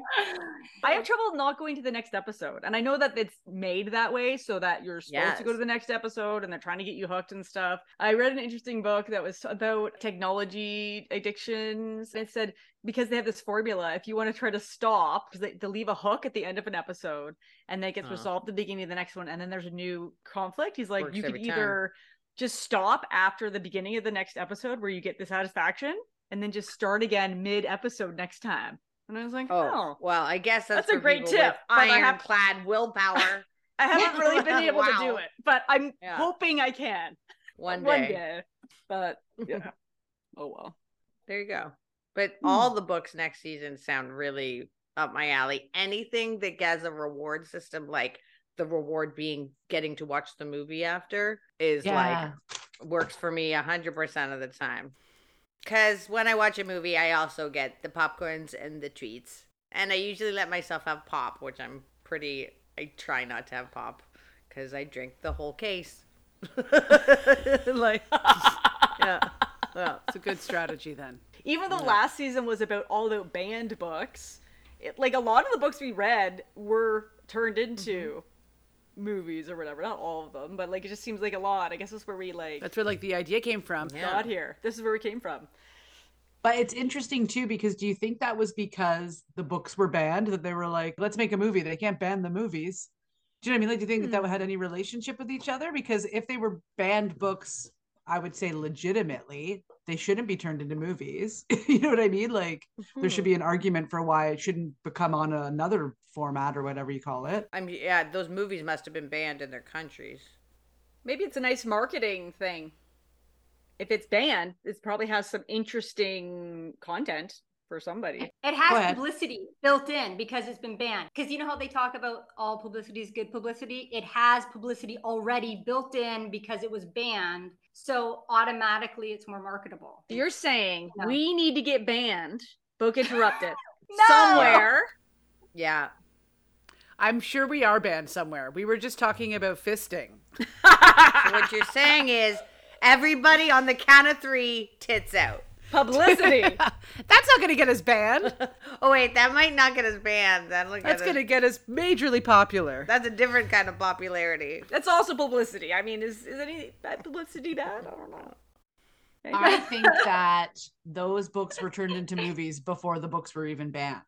I have trouble not going to the next episode. And I know that it's made that way so that you're supposed to go
Yes.
to the next episode and they're trying to get you hooked and stuff. I read an interesting book that was about technology addictions. It said because they have this formula, if you want to try to stop, because they, they leave a hook at the end of an episode and that gets
Oh.
resolved at the beginning of the next one, and then there's a new conflict. He's like,
Works
you could
every time.
either just stop after the beginning of the next episode where you get the satisfaction and then just start again mid episode next time. And I was like, oh.
Oh, well, I guess that's,
That's a
for
great
people with
tip, but I have-
Ironclad willpower.
I haven't really been able to
Wow.
do it, but I'm
Yeah.
hoping I can
One
one
day.
day. But yeah. oh well.
There you go. But all the books next season sound really up my alley. Anything that has a reward system, like the reward being getting to watch the movie after, is
Yeah.
like works for me a hundred percent of the time. Cause when I watch a movie, I also get the popcorns and the treats. And I usually let myself have pop, which I'm pretty I try not to have pop because I drink the whole case. like yeah. yeah.
It's a good strategy then.
Even though last season was about all the banned books, it, like a lot of the books we read were turned into Mm-hmm. movies or whatever. Not all of them, but like it just seems like a lot. I guess that's where we like
That's where like the idea came from.
Yeah.
got here. This is where we came from.
But it's interesting too because do you think that was because the books were banned that they were like, let's make a movie? They can't ban the movies. Do you know what I mean? Like, do you think that that had any relationship with each other? Because if they were banned books, I would say legitimately, they shouldn't be turned into movies. you know what I mean? Like, there should be an argument for why it shouldn't become on another format or whatever you call it.
I'm yeah, those movies must have been banned in their countries.
Maybe it's a nice marketing thing. If it's banned, it probably has some interesting content for somebody.
It
Go
has
ahead.
publicity built in because it's been banned. Because you know how they talk about all publicity is good publicity? It has publicity already built in because it was banned. So automatically it's more marketable.
You're saying
No.
we need to get banned, book interrupted
No!
Oh. somewhere.
Yeah.
I'm sure we are banned somewhere. We were just talking about fisting.
So what you're saying is everybody on the count of three tits out.
Publicity.
That's not going to get us banned.
Oh wait, that might not get us banned. That'll get
That's
us-
going to get us majorly popular.
That's a different kind of popularity.
That's also publicity. I mean, is is any bad publicity bad? I don't know. There you
I
go.
think that those books were turned into movies before the books were even banned.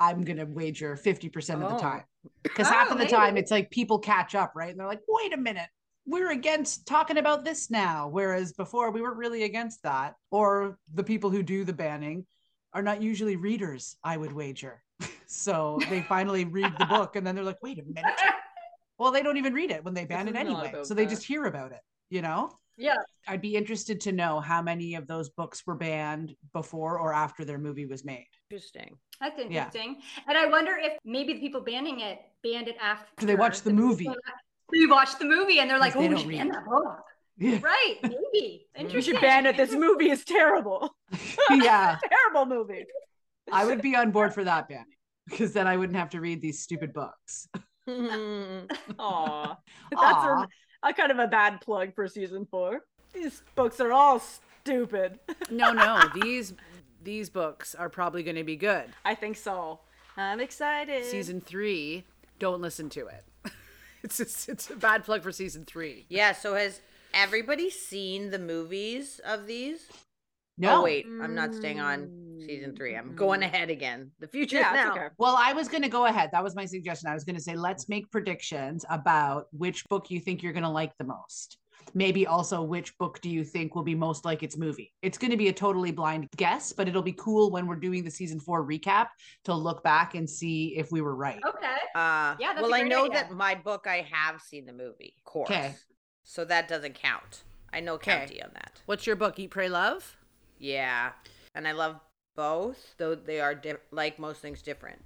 I'm gonna wager 50% of the
Oh.
time. Because
Oh,
half of the
maybe.
time it's like people catch up, right? And they're like, wait a minute, we're against talking about this now. Whereas before we weren't really against that. Or the people who do the banning are not usually readers, I would wager. so they finally read the book and then they're like, wait a minute. Well, they don't even read it when they ban it
not
anyway.
about
So they
that.
just hear about it, you know?
Yeah.
I'd be interested to know how many of those books were banned before or after their movie was made.
Interesting.
That's interesting. And I wonder if maybe the people banning it banned it after
Do they watch the movie?
They watch the movie and they're like,
Because
oh,
they
we should ban
don't read.
that book.
Yeah.
Right, maybe.
You
Interesting.
should ban it. This movie is terrible.
yeah.
Terrible movie.
I would be on board for that banning because then I wouldn't have to read these stupid books.
Aw. That's
Aw.
a, a kind of a bad plug for season four. These books are all stupid.
No, no. These these books are probably going to be good.
I think so. I'm excited.
Season 3, don't listen to it. It's just, it's a bad plug for season 3.
Yeah, so has everybody seen the movies of these?
No.
Oh
Mm.
wait, I'm not staying on season three. I'm going ahead again. The future
Yeah,
is
that's
now.
okay.
Well, I was going to go ahead. That was my suggestion. I was going to say, let's make predictions about which book you think you're going to like the most. Maybe also which book do you think will be most like its movie? It's going to be a totally blind guess, but it'll be cool when we're doing the season four recap to look back and see if we were right.
Okay.
Uh,
Yeah, that's a
well, I
great
know
idea.
that my book, I have seen the movie, of course.
'Kay.
So that doesn't count. I know
'Kay.
county on that.
What's your book? Eat, Pray, Love?
Yeah. And I love both, though they are di- like most things different.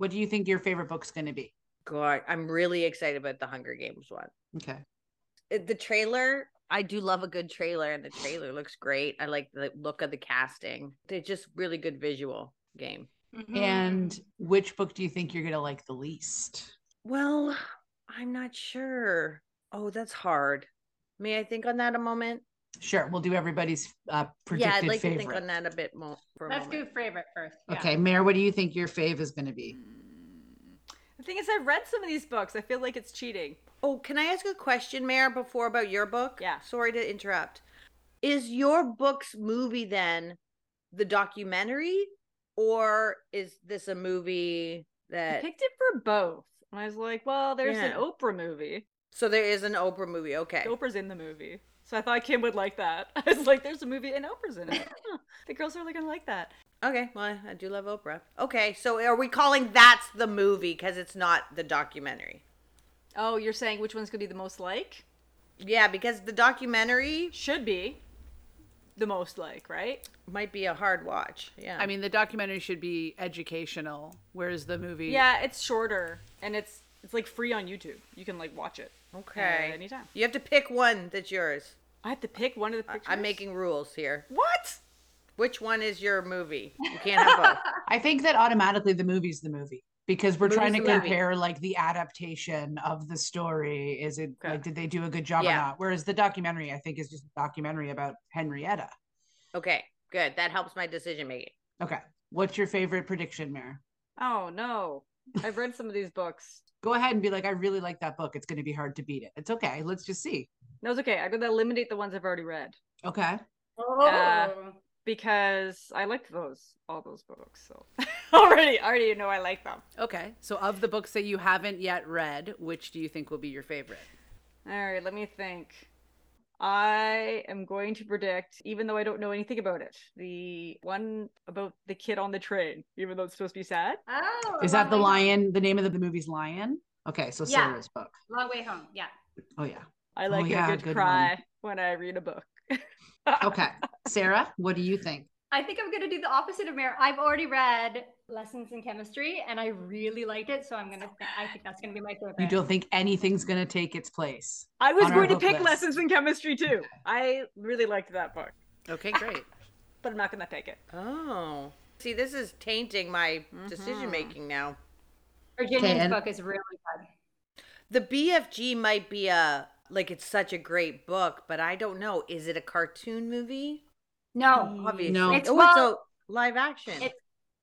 What do you think your favorite book's going to be?
God, I'm really excited about the Hunger Games one.
Okay.
It- The trailer, I do love a good trailer, and the trailer looks great. I like the look of the casting. They're just really good visual game.
Mm-hmm. And which book do you think you're going to like the least?
Well, I'm not sure. Oh, that's hard. May I think on that a moment?
Sure. We'll do everybody's uh, predicted
Yeah, I'd like
favorite.
to think on that a bit more. For a
Let's
moment.
do favorite first. yeah.
Okay. Mayor, what do you think your fave is going to be?
The thing is, I've read some of these books. I feel like it's cheating.
Oh, can I ask a question, Mayor, before about your book?
Yeah.
Sorry to interrupt. Is your book's movie then the documentary, or is this a movie
I
that?
picked it for both. And I was like, well, there's an
Yeah.
Oprah movie.
So there is an Oprah movie. Okay.
Oprah's in the movie. So I thought Kim would like that. I was like, there's a movie and Oprah's in it. Huh, the girls are really going to like that.
Okay. Well, I- I do love Oprah. Okay. So are we calling that's the movie because it's not the documentary?
Oh, you're saying which one's going to be the most like?
Yeah, because the documentary
Should be the most like, right?
might be a hard watch. Yeah.
I mean, the documentary should be educational, whereas the movie
Yeah, it's shorter and it's it's like free on YouTube. You can like watch it.
okay.
Uh, anytime.
You have to pick one that's yours.
I have to pick one of the
I-
pictures.
I'm making rules here.
What?
Which one is your movie? You can't have both.
I think that automatically the movie's the movie because we're trying to
Movie's the movie.
compare like the adaptation of the story. Is it
Okay.
like did they do a good job or
Yeah.
not? Whereas the documentary, I think, is just a documentary about Henrietta.
Okay, good. That helps my decision making.
Okay. What's your favorite prediction, Mayor?
Oh, no. I've read some of these books.
Go ahead and be like, I really like that book. It's going to be hard to beat it. It's okay. Let's just see.
No, it's okay. I'm going to eliminate the ones I've already read.
Okay.
Oh.
because I like those all those books. So already, already know I like them.
Okay. So, of the books that you haven't yet read, which do you think will be your favorite?
All right, let me think. I am going to predict, even though I don't know anything about it, the one about the kid on the train, even though it's supposed to be sad.
Oh,
Is
Long
that the
Way Home.
lion? The name of the, the movie's Lion? Okay, so
Yeah.
Sarah's book.
Long way home. Yeah.
Oh yeah.
I
Oh,
like
yeah,
a good,
good
cry when I read a book.
Okay, Sarah, what do you think?
I think I'm gonna do the opposite of Mare. I've already read Lessons in Chemistry, and I really liked it, so I'm gonna. Th- I think that's gonna be my favorite.
You don't think anything's gonna take its place?
I was
On our
going to
book
pick
list.
lessons in chemistry too. I really liked that book,
Okay, great.
but I'm not going to pick it.
Oh. See, this is tainting my decision making now.
Virginia's
Okay, and-
book is really good.
The BFG might be a like it's such a great book, but I don't know. Is it a cartoon movie?
Mm.
No.
Obviously.
No.
It's
oh,
well-
it's a live action.
It's-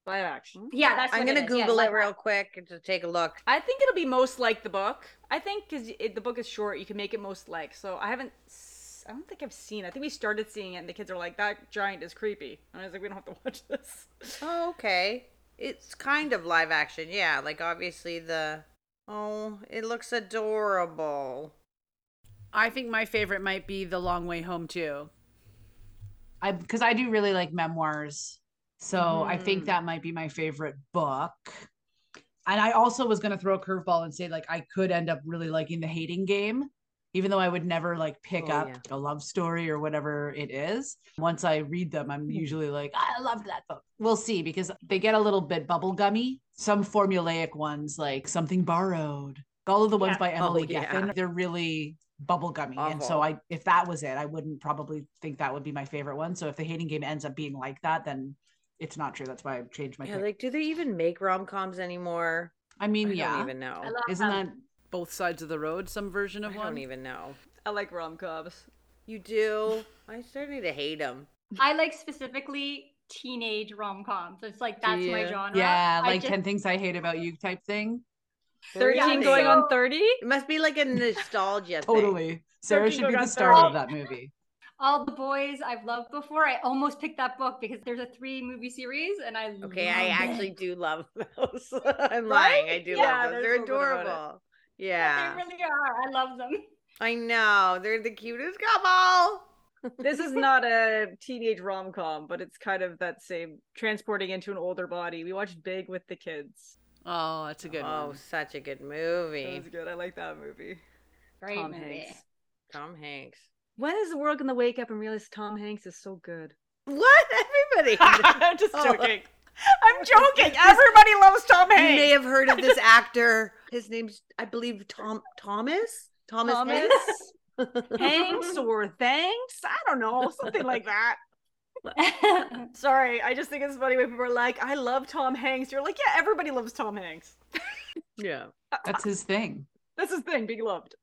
Live action.
Yeah, that's.
I'm
what
gonna
is. Yeah,
Google
like
it real quick to take a look.
I think it'll be most like the book. I think because the book is short, you can make it most like. So I haven't. s- I don't think I've seen. I think we started seeing it, and the kids are like, "That giant is creepy," and I was like, "We don't have to watch this."
Oh, okay. It's kind of live action, yeah. Like obviously the oh, it looks adorable.
I think my favorite might be The Long Way Home, too.
I because I do really like memoirs, so I think
Mhm.
that might be my favorite book. And I also was gonna throw a curveball and say like I could end up really liking The Hating Game, even though I would never like pick
Oh,
up
yeah.
a love story or whatever it is. Once I read them,
Hmm.
I'm usually like "Ah, I love that book. We'll see because they get a little bit bubblegummy. Some formulaic ones like Something Borrowed, all of the ones
Yeah.
by Emily
yeah.
Geffen, they're really bubblegummy. And so
Awful.
I if that was it, I wouldn't probably think that would be my favorite one. So if the hating game ends up being like that, then it's not true. That's why I changed my
Yeah,
pick.
like do they even make rom coms anymore?
I
I
mean,
don't
yeah.
even know.
Oh, I love
Isn't
them.
that
Both Sides of the Road, some version
I
of one.
don't even know.
I like rom coms.
You do? I'm starting to hate them.
I like specifically teenage rom coms. It's like that's my
Yeah.
genre.
yeah,
I
like
just-
10 things I hate about you type thing?
Thirteen
Yeah,
going
so-
on thirty.
It must be like a nostalgia thing.
Totally. Sarah
Turkey
should
Dog
be the
on
star
Thursday.
of that movie.
all the boys I've loved before. I almost picked that book because there's a three movie series, and I
Okay, I
love it.
actually do love those. I'm
Right?
lying. I do
Yeah,
love those.
there's
They're
something about it.
adorable.
Yeah,
Yeah.
they really are. I love them.
I know. They're the cutest couple.
this is not a teenage rom com, but it's kind of that same transporting into an older body. We watched Big with the kids.
Oh, that's a good
oh,
one.
such a good
That was
movie.
good. I like that movie.
Great
Tom
movie.
Hanks.
Tom Hanks.
When is the world gonna wake up and realize Tom Hanks is so good?
What? Everybody.
I'm just
Oh.
joking. I'm joking. Everybody loves Tom
you may
Hanks.
have heard of this actor. His name's, I believe, Tom Thomas. Thomas. Hanks?
Hanks or thanks? I don't know, something like that. Sorry, I just think it's funny when people are like, "I love Tom Hanks." You're like, "Yeah, everybody loves Tom Hanks."
Yeah.
That's his thing.
That's his thing, being loved.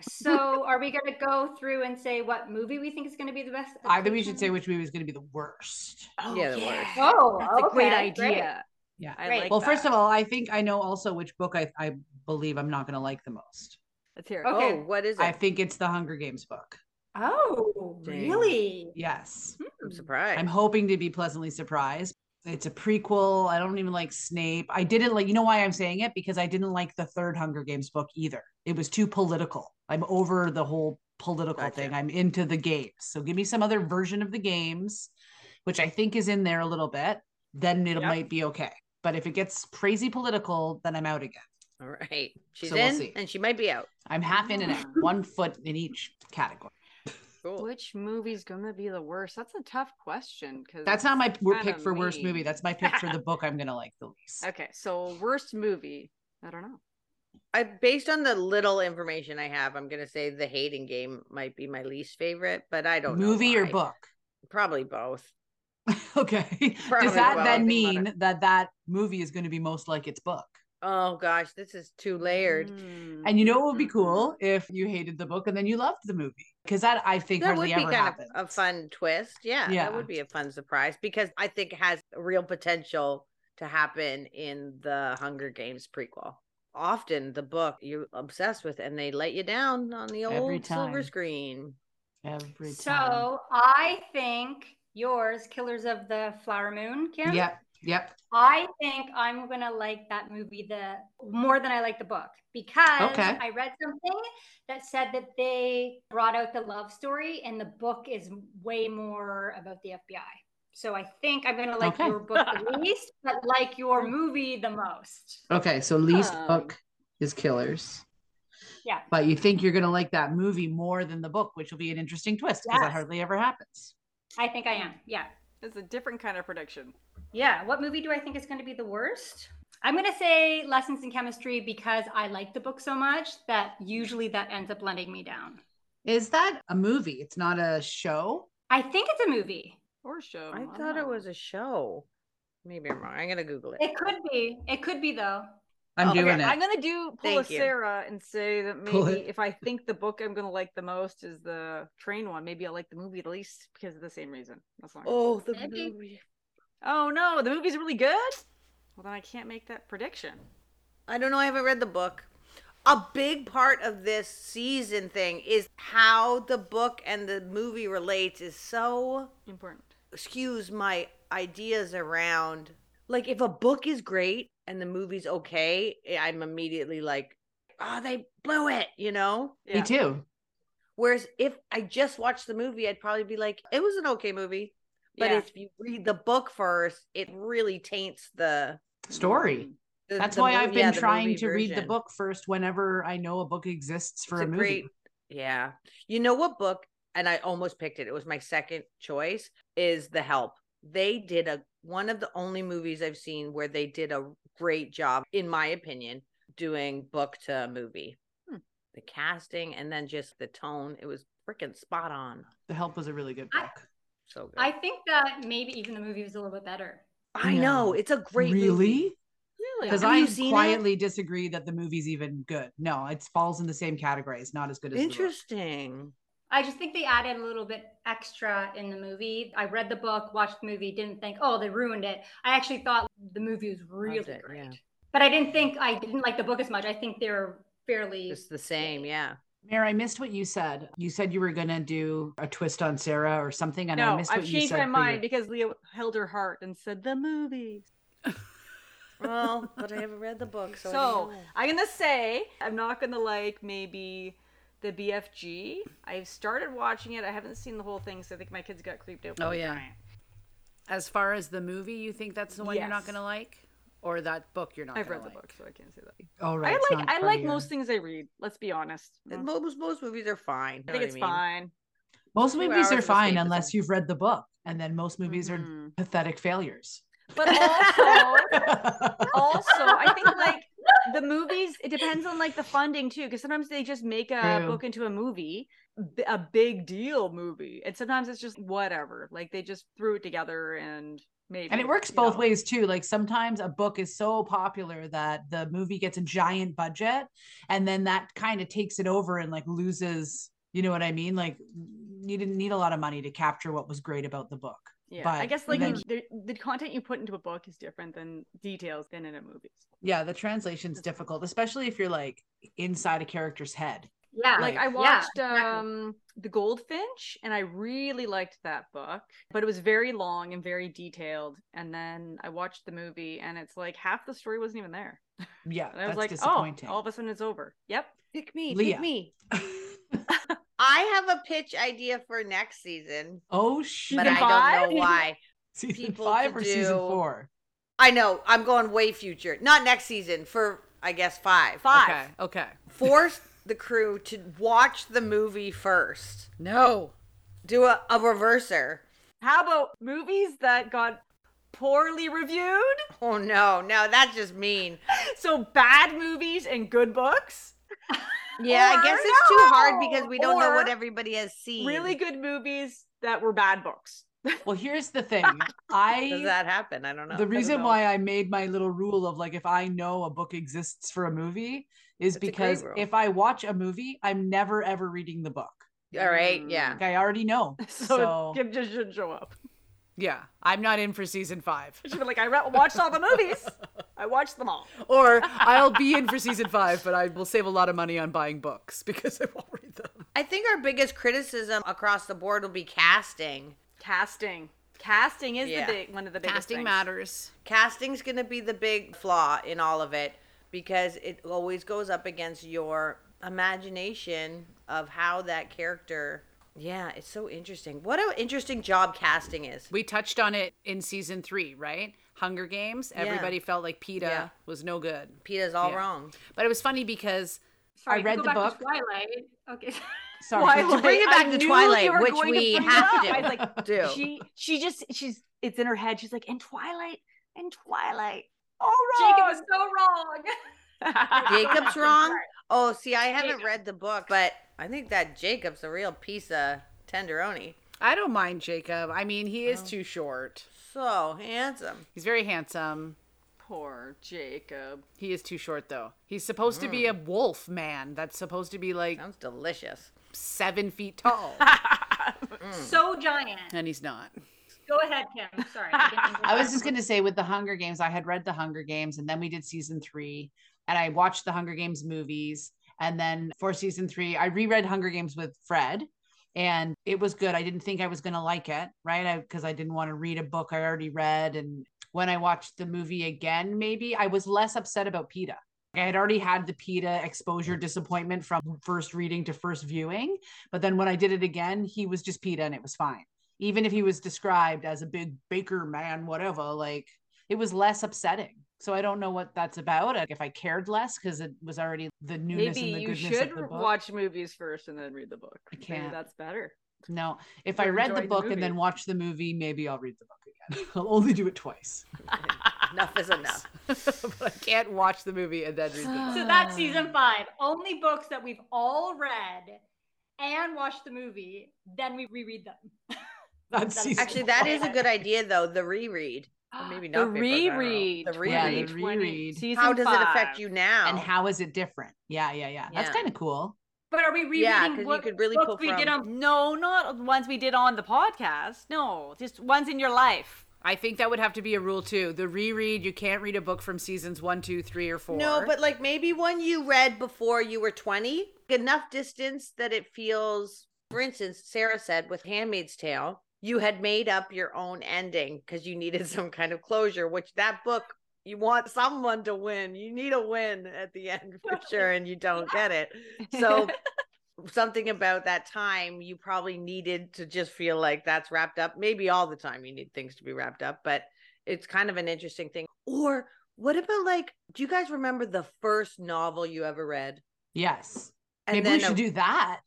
so, are we going to go through and say what movie we think is going to be the best?
I think we should say
adaptation?
which movie is going to be the worst.
Yeah, the worst.
Oh,
That's a great
okay, great.
idea.
Yeah.
I
Great.
like
Well, first
that.
of all, I think I know also which book I, I believe I'm not going to like the most.
let's hear it.
Okay.
Oh, what is it?
I think it's the Hunger Games book.
Oh,
Dang. Hmm,
really?
Yes.
I'm surprised.
I'm hoping to be pleasantly surprised. It's a prequel. I don't even like Snape. I didn't like, you know why I'm saying it? Because I didn't like the third Hunger Games book either. It was too political. I'm over the whole political
Gotcha.
thing. I'm into the games. So give me some other version of the games, which I think is in there a little bit. Then it
Yep.
might be okay. But if it gets crazy political, then I'm out again.
All right. She's
So we'll
in
see.
and she might be out.
I'm half in and out, one foot in each category.
Cool.
Oh, Which movie's gonna be the worst? That's a tough question because
That's not my
Kinda
pick for worst
mean.
movie. That's my pick for the book I'm going to like the least.
Okay, so worst movie. I don't know.
I based on the little information I have, I'm gonna say the hating game might be my least favorite, but I don't know
Movie or
why.
book?
Probably both.
Okay.
Probably
Does that
will,
then
think about
mean that that movie is going to be most like its book?
Oh gosh, this is too
Mm,
layered.
Hmm.
And you know what would be
Mm-hmm.
cool if you hated the book and then you loved the movie because that I think
That would
hardly
be
ever
kind
happens.
of a fun twist. Yeah,
Yeah.
that would be a fun surprise because I think it has real potential to happen in the Hunger Games prequel. Often the book you're obsessed with and they let you down on the
Every
old silver
time.
screen.
every time.
So, I think yours, Killers of the Flower Moon, Kim.
Yep. Yep.
I think I'm gonna like that movie the more than I like the book because
Okay.
I read something that said that they brought out the love story and the book is way more about the FBI. So I think I'm gonna like
Okay.
your book the least, but like your movie the most.
Okay. So least
Um,
book is Killers.
Yeah.
But you think you're gonna like that movie more than the book, which will be an interesting twist because that
Yes.
hardly ever happens.
I think I am. Yeah.
It's a different kind of prediction.
Yeah. What movie do I think is going to be the worst? I'm going to say Lessons in Chemistry because I like the book so much that usually that ends up letting me down.
Is that a movie? It's not a show.
I think it's a movie.
Or show.
I
don't
thought it
Oh.
know.
was a show. Maybe I'm wrong. I'm gonna Google it.
It could be. It could be, though.
I'm
Okay,
doing it.
I'm gonna do pull a
Thank you.
Sarah and say that
Pull
maybe
it.
if I think the book I'm gonna like the most is the train one, maybe I'll like the movie the least because of the same reason. That's fine. Oh.
Oh, the
Maybe.
movie.
no, the movie's really good. Well then I can't make that prediction.
I don't know. I haven't read the book. A big part of this season thing is how the book and the movie relates is so
Important.
skews my ideas around. Like if a book is great and the movie's okay, eh, I'm immediately like, oh, they blew it, you know?
Yeah.
Me too.
Whereas if I just watched the movie, I'd probably be like, it was an okay movie. But
Yeah.
if you read the book first, it really taints the.
Story.
the-
That's
the
why
mov-
I've
yeah,
been
the
trying
movie
to read the
version.
book first whenever I know a book exists for a, movie.
yeah. You know what book? And I almost picked it. It was my second choice. Is The Help. They did a one of the only movies I've seen where they did a great job, in my opinion, doing book to movie.
Hmm.
The casting and then just the tone. It was freaking spot on.
The Help was a really good
I-
book.
So good.
I think that maybe even the movie was a little bit better.
I know
No.
it's a great
really?
movie.
Really?
Because
Have
I
you seen it?
quietly disagree that the movie's even good. No, it falls in the same category. It's not as good as
Interesting.
I just think they added a little bit extra in the movie. I read the book, watched the movie, didn't think, oh, they ruined it. I actually thought the movie was really
it,
great.
yeah.
But I didn't think I didn't like the book as much. I think they're fairly
It's the same, yeah.
The book. Mayor, I missed what you said. You said you were gonna do a twist on Sarah or something, and I
no,
missed what
I've
you
changed
said.
my
for
mind
your-
because Leah held her heart and said the movie.
Well, but I haven't read the book, so, I
So
don't know.
I'm gonna say I'm not gonna like maybe the BFG. I've started watching it. I haven't seen the whole thing, so I think my kids got creeped out. by
Oh,
the
yeah.
giant.
As far as the movie, you think that's the one you're not
Yes.
going to like? Or that book you're not
I've
gonna
read the
like?
book, so I can't say that.
Oh, right, it's
I like
not
I
part of
like
your-
most things I read. Let's be honest.
And
I
most most movies are fine. you know
think
what
it's
mean?
fine.
Most
two
movies
hours
are
of
fine
sleep is
unless
a-
you've read the book, and then most movies are
Mhm.
pathetic failures.
But also,
yeah,
also I think like the movies. It depends on like the funding too, because sometimes they just make a
True.
book into a movie, b- a big deal movie, and sometimes it's just whatever. Like they just threw it together and maybe.
and it works
you
both
know?
ways too. Like sometimes a book is so popular that the movie gets a giant budget, and then that kind of takes it over and like loses. You know what I mean? Like you didn't need a lot of money to capture what was great about the book.
Yeah, I
but
guess like
then-
the, the content you put into a book is different than details than in a movie.
Yeah, the translation's difficult, especially if you're like inside a character's head.
yeah.
like I
Right.
watched
exactly.
um The Goldfinch and I really liked that book, but it was very long and very detailed. And then I watched the movie and it's like half the story wasn't even there.
Yeah,
And I was
that's
like, oh,
disappointing.
all of a sudden it's over. Yep.
Pick me,
Leah.
pick me. I have a pitch idea for next season,
oh shit!
but
Season
I don't
five?
know why.
season
people
five
to
or season
do-
four?
I know I'm going way future. Not next season for I guess five. Five.
Okay. Okay.
Force the crew to watch the movie first.
No.
Do a, a reverser.
How about movies that got poorly reviewed?
Oh no, no, that's just mean.
So bad movies and good books?
Yeah, I
Or-
guess it's too hard
no,
because we don't know what
or
everybody has seen.
Really good movies that were bad books.
Well, here's the thing. I
Does that happen? I don't know.
the reason
know.
why I made my little rule of like if I know a book exists for a movie is
That's a great
because
rule.
if I watch a movie, I'm never ever reading the book.
All right, yeah.
Like I already know.
So,
So,
Kim just shouldn't show up.
Yeah. I'm not in for season five.
She'd be like, I re- watched all the movies. I watched them all.
Or I'll be in for season five, but I will save a lot of money on buying books because I won't read them.
I think our biggest criticism across the board will be casting.
Casting. Casting is
Yeah.
the big one of the biggest
Casting
things.
matters.
casting's going to be the big flaw in all of it because it always goes up against your imagination of how that character yeah it's so interesting what an interesting job casting is
We touched on it in season three, right? Hunger Games. Everybody felt like PETA
uh,
Yeah.
was no good.
peter's all
Yeah.
wrong
But it was funny because
Sorry,
I read
go
the
back
book.
To Twilight. Okay.
Sorry.
To bring it
I
back to
knew
Twilight,
you were
which
going to
we
bring it
have
up.
to do.
I was like,
do
she she just she's it's in her head. She's like, and Twilight, and Twilight. All
Jacob
wrong.
was so wrong.
jacob's wrong oh see i haven't
Jacob.
read the book but i think that jacob's a real piece of tenderoni
I don't mind Jacob. I mean, he is too short.
so handsome
He's very handsome.
Poor Jacob.
He is too short though. He's supposed to be a wolf man. That's supposed to be like
sounds delicious Mm,
seven feet tall,
Hmm.
So giant.
and he's not.
Go ahead, Kim. Sorry. I didn't mean to
I was
interrupt.
just going to say with the Hunger Games, I had read the Hunger Games and then we did season three and I watched the Hunger Games movies. And then for season three, I reread Hunger Games with Fred and it was good. I didn't think I was going to like it, right? Because I, didn't want to read a book I already read. And when I watched the movie again, maybe I was less upset about PETA. I had already had the PETA exposure disappointment from first reading to first viewing. But then when I did it again, he was just PETA and it was fine even if he was described as a big baker man, whatever, like it was less upsetting. So I don't know what that's about. Like, If I cared less because it was already the newness
Maybe
and the
you
goodness
should
of the book.
watch movies first and then read the book.
I
Maybe
can't.
that's better.
no, if
or
I read
enjoy
the
the
book and then
movie.
watch the movie, maybe I'll read the book again. I'll only do it twice.
enough is enough
but I can't watch the movie and then read the book.
So
Ah.
that's season five. Only books that we've all read and watched the movie, then we reread them.
That's
That's
season
Actually, that is a
Okay.
good idea though. The reread, or maybe
the
not. papers, I don't know.
reread.
The reread.
Yeah, the
2020,
reread.
season
How does it affect
five.
you now?
and how is it different? Yeah, yeah, yeah. That's
Yeah.
kind of cool.
But are we rereading
yeah, because you
what-
could really
books
pull
we
from.
did on
No, not ones we did on the podcast. No, just ones in your life.
I think that would have to be a rule too. The reread, you can't read a book from seasons one, two, three, or four.
no, but like maybe one you read before you were twenty, enough distance that it feels. For instance, Sarah said with *Handmaid's Tale*, you had made up your own ending because you needed some kind of closure. Which that book, you want someone to win. You need a win at the end for sure, and you don't get it. So something about that time you probably needed to just feel like that's wrapped up. Maybe all the time you need things to be wrapped up, but it's kind of an interesting thing. Or what about like, do you guys remember the first novel you ever read?
Yes. maybe we
then
should
a-
do that.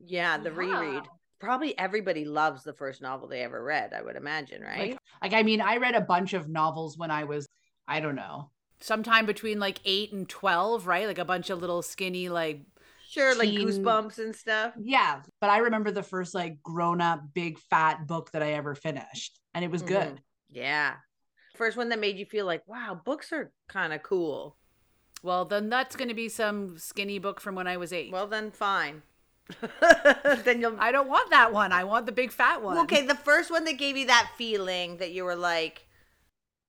yeah, the
Yeah.
reread. Probably everybody loves the first novel they ever read, I would imagine, right?
Like, I mean, I read a bunch of novels when I was, I don't know.
sometime between like eight and twelve, right? Like a bunch of little skinny, like
sure, like
teen-
goosebumps and stuff.
Yeah, but I remember the first like grown up big fat book that I ever finished, and it was
Mm-hmm.
good.
Yeah. First one that made you feel like, wow, books are kind of cool.
well, then that's going to be some skinny book from when I was eight.
Well, then fine. then you'll
I don't want that one. I want the big fat one.
Well, Okay, the first one that gave you that feeling that you were like,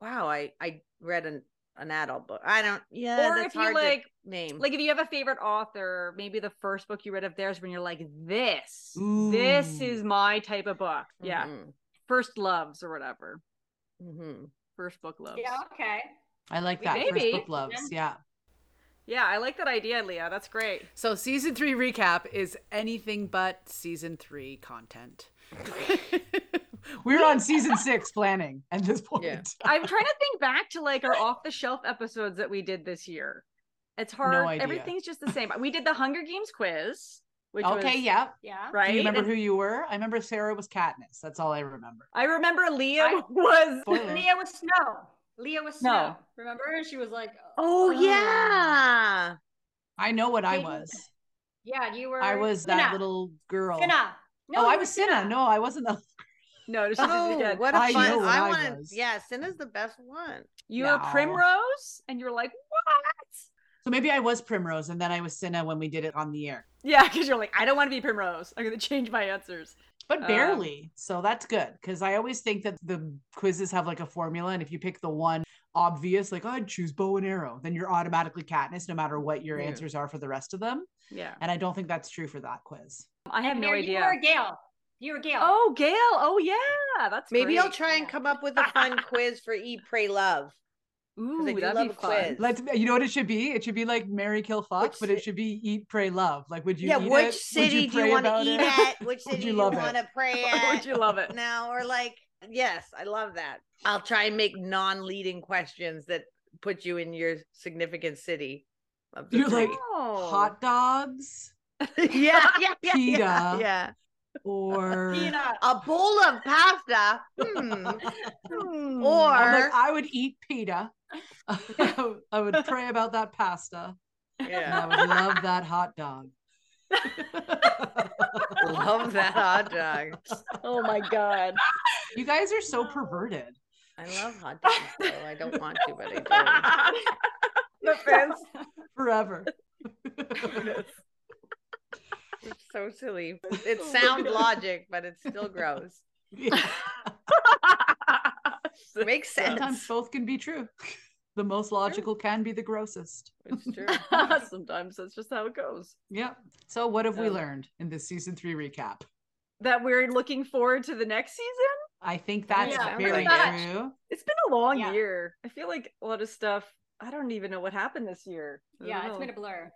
"Wow, I I read an an adult book." I don't.
Uh,
Yeah,
Or
that's
if you
hard to
like-
name.
Like if you have a favorite author, maybe the first book you read of theirs when you're like, this, this
Ooh. Mm-hmm.
is my type of book. Yeah.
Mhm,
First loves or whatever.
mhm.
First book loves.
Yeah, okay.
I like that
Maybe.
first book loves. Yeah,
Yeah, I like that idea, Leah. That's great.
So season three recap is anything but season three content.
we're on season six planning at this point.
Yeah.
I'm trying to think back to like our off the shelf episodes that we did this year. It's hard.
idea.
Everything's just the same. We did the Hunger Games quiz, which
okay,
was,
yeah.
Yeah.
right.
Do you remember
And
who you were? I remember Sarah was Katniss. That's all I remember.
I remember Leah
I-
was
Spoiler.
Leah was snow. Leah was snow.
No.
Remember? She was like,
Oh yeah,
I know what I
Katie-
was.
yeah, you were.
I was that
Cinna.
little girl.
Cinna. No,
oh,
you
I
were
was Cinna. No, I wasn't. The-
no, she
oh
did
what a
I
fun!
know what
I
I
want
was.
to. Yeah, Cinna's the best one.
You were
No.
Primrose, and you're like, what?
so maybe I was Primrose, and then I was Cinna when we did it on the air,
Yeah, because you're like, I don't want to be Primrose. I'm gonna change my answers.
but
Uh.
Um,
barely. so that's good because I always think that the quizzes have like a formula, and if you pick the one obvious, like I'd choose bow and arrow, then you're automatically Katniss, no matter what your
Yeah.
answers are for the rest of them.
Yeah,
And I don't think that's true for that quiz.
I have no
Mary, You were
idea.
a Gale.
You were Gail.
Oh, Gail. Oh, yeah. That's
Maybe I'll
great.
try and come up with a fun quiz for Eat, Pray, Love.
Ooh,
I do
that'd
love
be
a
fun.
quiz.
Let's. You know what it should be? It should be like Mary Kill Fuck,
Which
but it
ci-
should be Eat, Pray, Love. Like, would you?
yeah,
eat
which
it? Would
city do
pray
you want to
about
eat
it?
at? Which
Would
city
you
do you
love it?
want to pray
Would
at?
you love it?
now or like yes, I love that. I'll try and make non-leading questions that put you in your significant city. Of the
You're like
three.
hot dogs
yeah, yeah, yeah, yeah,
Pita.
yeah.
or.
Peanut.
A bowl of pasta. Hmm.
Hmm.
Or
I'm like, I would eat pita. I would pray about that pasta. And I
yeah,
would love that hot dog.
love that hot dog.
Oh my god.
You guys are so perverted.
I love hot dogs. Though. I don't want to, but I
the fence.
Forever.
do. It's so silly. It's sound logic, but it's still gross.
Yeah,
Makes
Sometimes
sense.
both can be true. The most logical can be the grossest.
It's true.
Sometimes that's just how it goes.
Yep. So what have we
Um,
learned in this season three recap?
That we're looking forward to the next season.
I
Oh,
think that's
Yeah,
very
pretty much.
true.
It's been a long
Yeah.
year. I feel like a lot of stuff. I don't even know what happened this year. I
Yeah,
don't
it's
know.
been a blur.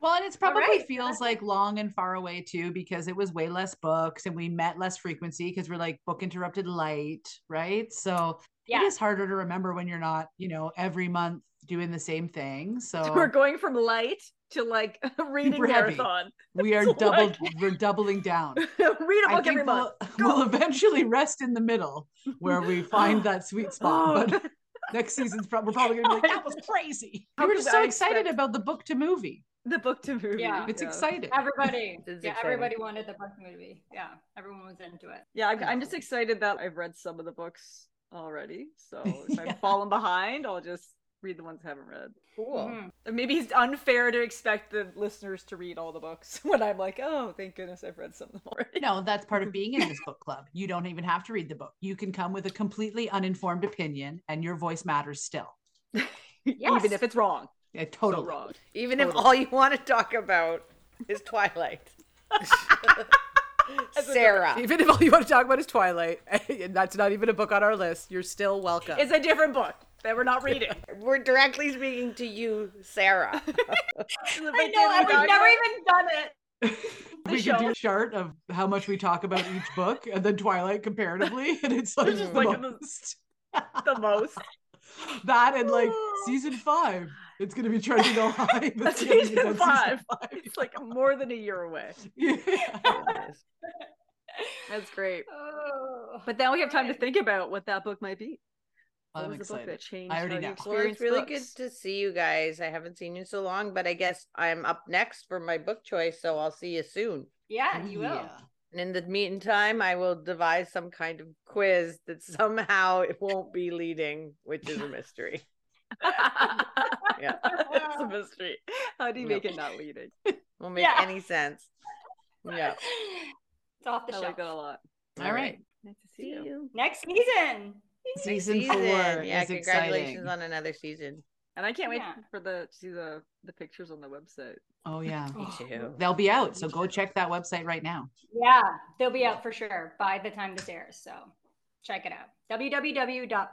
Well, and it's
All
probably
right.
feels like long and far away too, because it was way less books and we met less frequency because we're like book interrupted light, right? So
Yeah.
it is harder to remember when you're not, you know, every month doing the same thing. So
We're going from light to like a reading
Super heavy.
marathon.
we are
it's
doubled.
like-
We're doubling down.
Read a book every
think
month.
we'll, we'll eventually rest in the middle where we find that sweet
Oh.
spot. But next season's prob- we're probably gonna be like, that was crazy.
How
we were
could
just so
I
excited
expect-
about the book to movie.
the book to movie.
Yeah.
It's
yeah.
exciting.
Everybody.
This is
yeah,
exciting.
everybody wanted the book movie. Yeah. Everyone was into it.
Yeah, I'm, I'm just excited that I've read some of the books already. So if
Yeah.
I've fallen behind, I'll just read the ones I haven't read.
Cool.
Mhm.
And maybe it's unfair to expect the listeners to read all the books when I'm like, oh, thank goodness I've read some of them already.
No, that's part of being in this book club. You don't even have to read the book. You can come with a completely uninformed opinion and your voice matters still.
Even if it's wrong.
Oh, Yeah,
So
totally.
wrong.
Even if all you want to talk about is Twilight. Sarah.
Even if all you want to talk about is Twilight, and that's not even a book on our list, you're still welcome.
It's a different book that we're not reading.
We're directly speaking to you, Sarah.
I
even done it.
we could do a chart of how much we talk about each book and then Twilight comparatively. And it's like,
It's just
the
like the-
most.
the most.
that and like season five. It's gonna be trending all high. but it's gonna be
Season
about
five. It's like more than a year away.
Yeah.
That's great.
Oh.
But now we have time to
Alright.
think about what that book might be.
Well,
what
I'm
was the book that
excited.
changed
I
how
already
you
know. Well, it's
Well,
experienced
it's really
books?
good to see you guys. I haven't seen you so long, but I guess I'm up next for my book choice, so I'll see you soon.
Yeah, you will.
Yeah.
And in the meantime, I will devise some kind of quiz that somehow it won't be leading, which is a mystery.
yeah.
Yeah.
It's a mystery. How do you
Yeah.
make it not leading?
Won't make
Yeah.
any sense. Yeah.
It's off the
I like
shelf.
that a lot.
All right.
Nice to see you.
Next season.
Season, four
Yeah,
is
congratulations
exciting.
on another season.
And I can't wait
Yeah.
for the to see the the pictures on the website.
oh yeah.
Me
too.
They'll be out. So go check that website right now.
Yeah, they'll be out for sure by the time this airs. So check it out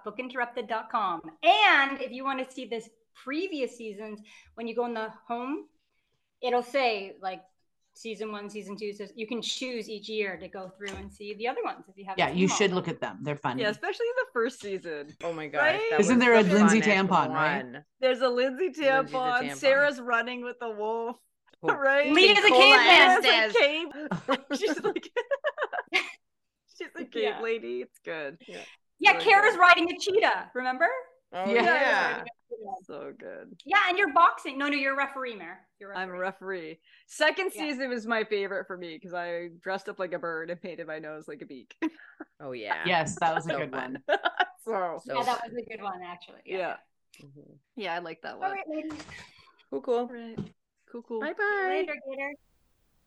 www.bookinterrupted.com. And if you want to see this previous seasons, when you go in the home, it'll say like season one, season two. So you can choose each year to go through and see the other ones if you haven't.
Yeah,
seen
you
them
should
all.
look at them. They're fun.
Yeah, especially the first season.
Oh my gosh. that
Isn't
was
there a
such
Lindsay
fun-ass
tampon, right?
one.
There's a Lindsay
the
tampon.
tampon.
Sarah's running with the wolf.
Who-
Right?
Lead as a
Cola
caveman.
Lead as a
Estes.
cave. She's like She's a cave
Yeah.
lady. It's good.
Yeah, Kara's riding a cheetah. Remember?
Oh,
Yeah.
yeah.
So good.
Yeah, and you're boxing. No, no, you're a referee, Mayor. You're a
I'm a
referee.
referee. Second
Yeah.
season was my favorite for me because I dressed up like a bird and painted my nose like a beak.
Oh yeah.
Yes, that was a
So
good
fun.
one.
so
So
yeah, that
fun.
was a good one actually.
yeah,
Mhm.
yeah, I like that
All
one.
right, ladies.
Cool, cool.
Right. Cool, cool.
Bye
See you
bye.
Later, Gator.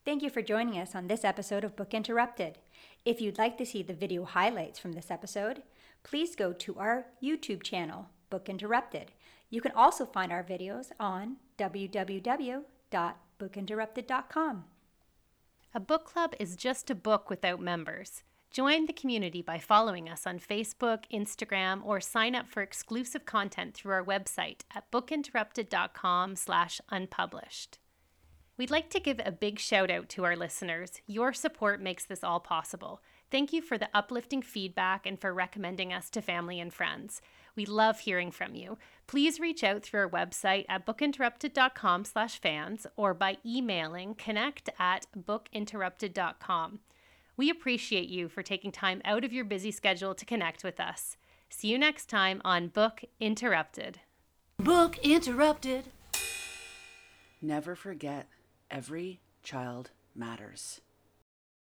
Thank you for joining us on this episode of Book Interrupted. If you'd like to see the video highlights from this episode, please go to our YouTube channel, Book Interrupted. You can also find our videos on www.bookinterrupted.com.
A book club is just a book without members. Join the community by following us on Facebook, Instagram, or sign up for exclusive content through our website at bookinterrupted.com/unpublished. We'd like to give a big shout out to our listeners. Your support makes this all possible. Thank you for the uplifting feedback and for recommending us to family and friends. We love hearing from you. Please reach out through our website at bookinterrupted.com slash fans or by emailing connect at bookinterrupted.com. We appreciate you for taking time out of your busy schedule to connect with us. See you next time on Book Interrupted.
Book interrupted.
Never forget every child matters.